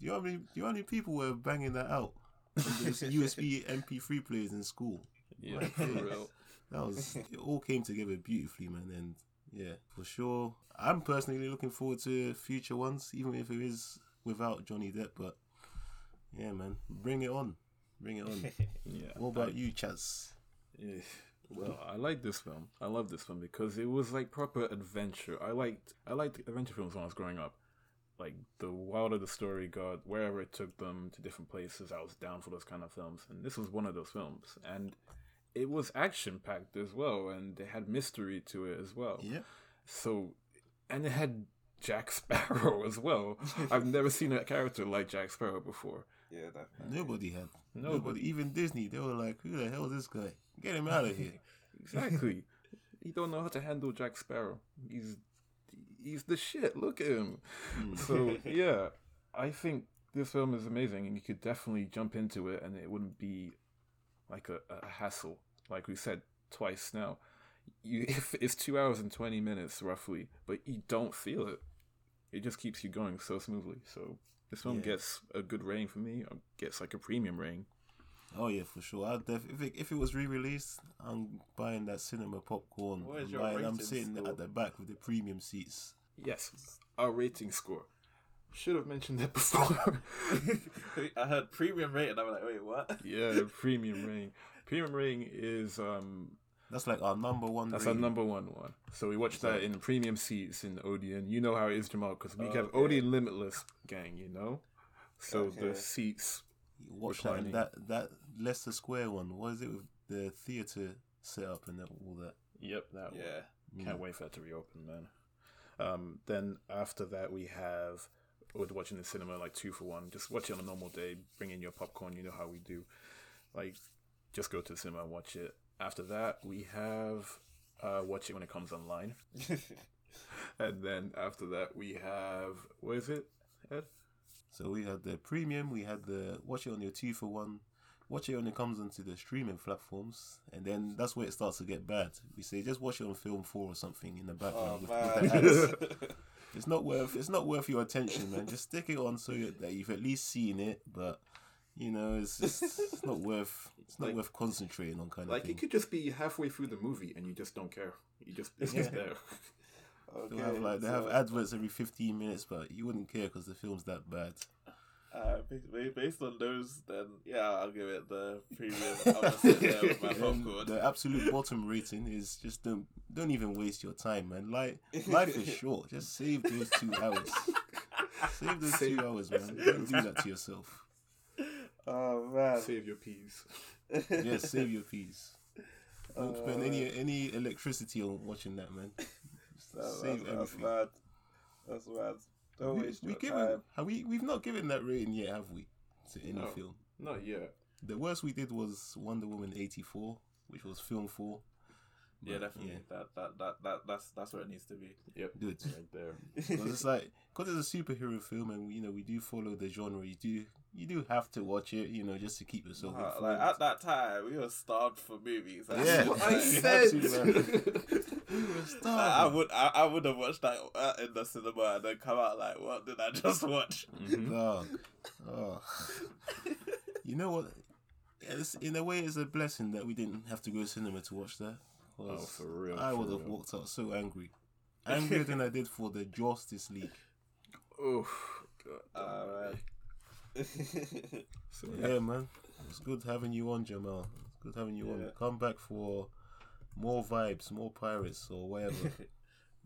[SPEAKER 2] how many, you know how many people were banging that out? Those USB MP3 players in school.
[SPEAKER 1] yeah, for real.
[SPEAKER 2] That was it all came together beautifully, man, and yeah, for sure. I'm personally looking forward to future ones, even if it is without Johnny Depp, but yeah man, bring it on. Bring it on.
[SPEAKER 1] Yeah.
[SPEAKER 2] what about you, Chaz?
[SPEAKER 1] Eh, Well, I like this film. I love this film because it was like proper adventure. I liked I liked adventure films when I was growing up. Like the wilder the story got, wherever it took them to different places, I was down for those kind of films. And this was one of those films. And it was action packed as well, and it had mystery to it as well.
[SPEAKER 2] Yeah.
[SPEAKER 1] So, and it had Jack Sparrow as well. I've never seen a character like Jack Sparrow before.
[SPEAKER 4] yeah, definitely.
[SPEAKER 2] Nobody had.
[SPEAKER 1] Nobody.
[SPEAKER 2] Nobody. Even Disney, they were like, who the hell is this guy? Get him out of here.
[SPEAKER 1] Exactly. you don't know how to handle Jack Sparrow. He's he's the shit. Look at him. So yeah, I think this film is amazing, and you could definitely jump into it, and it wouldn't be like a, a hassle. Like we said twice now, you if it's two hours and twenty minutes roughly, but you don't feel it. It just keeps you going so smoothly. So this film
[SPEAKER 2] Yeah.
[SPEAKER 1] gets a good rating for me. It gets like a premium rating.
[SPEAKER 2] Oh yeah, for sure. I def- if it, if it was re-released, I'm buying that cinema popcorn.
[SPEAKER 3] What is
[SPEAKER 2] I'm
[SPEAKER 3] your
[SPEAKER 2] buying- I'm
[SPEAKER 3] rating
[SPEAKER 2] sitting
[SPEAKER 3] score?
[SPEAKER 2] at the back with the premium seats.
[SPEAKER 1] Yes, our rating score. Should have mentioned that before.
[SPEAKER 3] I heard premium rated. I was like, wait, what?
[SPEAKER 1] yeah, premium rating. Premium rating is um
[SPEAKER 2] That's like our number one.
[SPEAKER 1] that's our
[SPEAKER 2] rating.
[SPEAKER 1] number one one. So we watched that in premium seats in Odeon. You know how it is, Jamal, because we have
[SPEAKER 4] Okay.
[SPEAKER 1] Odeon Limitless gang. You know, so
[SPEAKER 4] Okay.
[SPEAKER 1] the seats.
[SPEAKER 2] Watch that,
[SPEAKER 1] reclining.
[SPEAKER 2] and that that Leicester Square one. What is it with the theater setup and all that?
[SPEAKER 1] Yep, that one.
[SPEAKER 3] Yeah.
[SPEAKER 1] Can't wait for that to reopen, man. Um, then after that, we have with watching the cinema like two for one. Just watch it on a normal day. Bring in your popcorn. You know how we do. Like, just go to the cinema and watch it. After that, we have uh, watch it when it comes online, and then after that, we have what is it? Ed?
[SPEAKER 2] So we had the premium. We had the watch it on your two for one. Watch it when it comes onto the streaming platforms, and then that's where it starts to get bad. We say just watch it on film four or something in the
[SPEAKER 4] Oh
[SPEAKER 2] background with, with the ads.
[SPEAKER 4] man.
[SPEAKER 2] It's not worth it's not worth your attention, man. Just stick it on so you- that you've at least seen it, but you know it's just it's not worth it's not
[SPEAKER 1] Like-
[SPEAKER 2] worth concentrating on kind of
[SPEAKER 1] Like
[SPEAKER 2] thing.
[SPEAKER 1] it could just be halfway through the movie and you just don't care. You just it's just there.
[SPEAKER 4] okay,
[SPEAKER 2] They have like they
[SPEAKER 4] so,
[SPEAKER 2] have adverts every fifteen minutes, but you wouldn't care because the film's that bad.
[SPEAKER 3] Uh, ba- ba- based on those, then yeah, I'll give it the premium. I'll just sit there with my
[SPEAKER 2] And
[SPEAKER 3] popcorn.
[SPEAKER 2] the absolute bottom rating is just don't don't even waste your time, man. Like life is short. Just save those two hours. save those two hours, man. Don't do that to yourself.
[SPEAKER 4] Oh man.
[SPEAKER 1] Save your peas.
[SPEAKER 2] Yes, save your peas. Don't spend
[SPEAKER 4] Uh,
[SPEAKER 2] any any electricity on watching that, man.
[SPEAKER 4] That's,
[SPEAKER 2] Save
[SPEAKER 4] that's, that's
[SPEAKER 2] everything.
[SPEAKER 4] mad. That's mad. Don't
[SPEAKER 2] We,
[SPEAKER 4] waste
[SPEAKER 2] we
[SPEAKER 4] your
[SPEAKER 2] given
[SPEAKER 4] time.
[SPEAKER 2] have we we've not given that rating yet, have we? To any
[SPEAKER 1] No.
[SPEAKER 2] film.
[SPEAKER 1] Not yet.
[SPEAKER 2] The worst we did was Wonder Woman eighty four, which was film four.
[SPEAKER 3] Yeah, definitely. That, that that that that's that's where it needs to be.
[SPEAKER 1] Yep.
[SPEAKER 2] Good.
[SPEAKER 1] Right there.
[SPEAKER 2] Because it's like because it's a superhero film, and you know we do follow the genre. You do you do have to watch it, you know, just to keep yourself
[SPEAKER 3] Uh,
[SPEAKER 2] informed.
[SPEAKER 3] like at that time, we were starved for movies. Like,
[SPEAKER 2] Yeah.
[SPEAKER 3] like,
[SPEAKER 2] I
[SPEAKER 3] like,
[SPEAKER 2] said. Oh,
[SPEAKER 3] I would I, I would have watched that uh, in the cinema and then come out like, what did I just watch?
[SPEAKER 1] Mhm.
[SPEAKER 2] Dog. Oh. you know what? It's, in a way, it's a blessing that we didn't have to go to cinema to watch that. 'Cause
[SPEAKER 1] Oh, for real.
[SPEAKER 2] I
[SPEAKER 1] for
[SPEAKER 2] would have
[SPEAKER 1] real.
[SPEAKER 2] walked out so angry, angrier than I did for the Justice League.
[SPEAKER 1] Oof. God.
[SPEAKER 3] Uh, right.
[SPEAKER 1] So
[SPEAKER 2] Yeah, man, it's good having you on, Jamal. It's good having you on.
[SPEAKER 4] Yeah.
[SPEAKER 2] Come back for more vibes, more pirates, or whatever.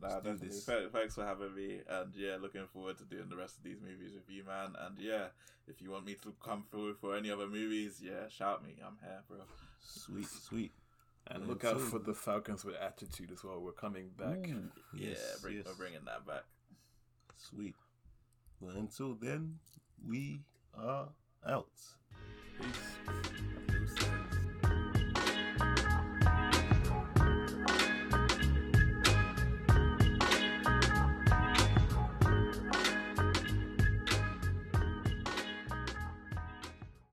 [SPEAKER 3] Nah,
[SPEAKER 2] do
[SPEAKER 3] definitely.
[SPEAKER 2] this.
[SPEAKER 3] Thank- Thanks for having me, and yeah, looking forward to doing the rest of these movies with you, man. And yeah, if you want me to come through for any other movies, yeah, shout me. I'm here, bro.
[SPEAKER 2] sweet, sweet.
[SPEAKER 1] And
[SPEAKER 2] Yeah,
[SPEAKER 1] look out
[SPEAKER 2] so-
[SPEAKER 1] for the Falcons with attitude as well. We're coming back.
[SPEAKER 3] yeah, bring, we're bringing that back.
[SPEAKER 2] Sweet. Well, until then, we are out.
[SPEAKER 1] Peace.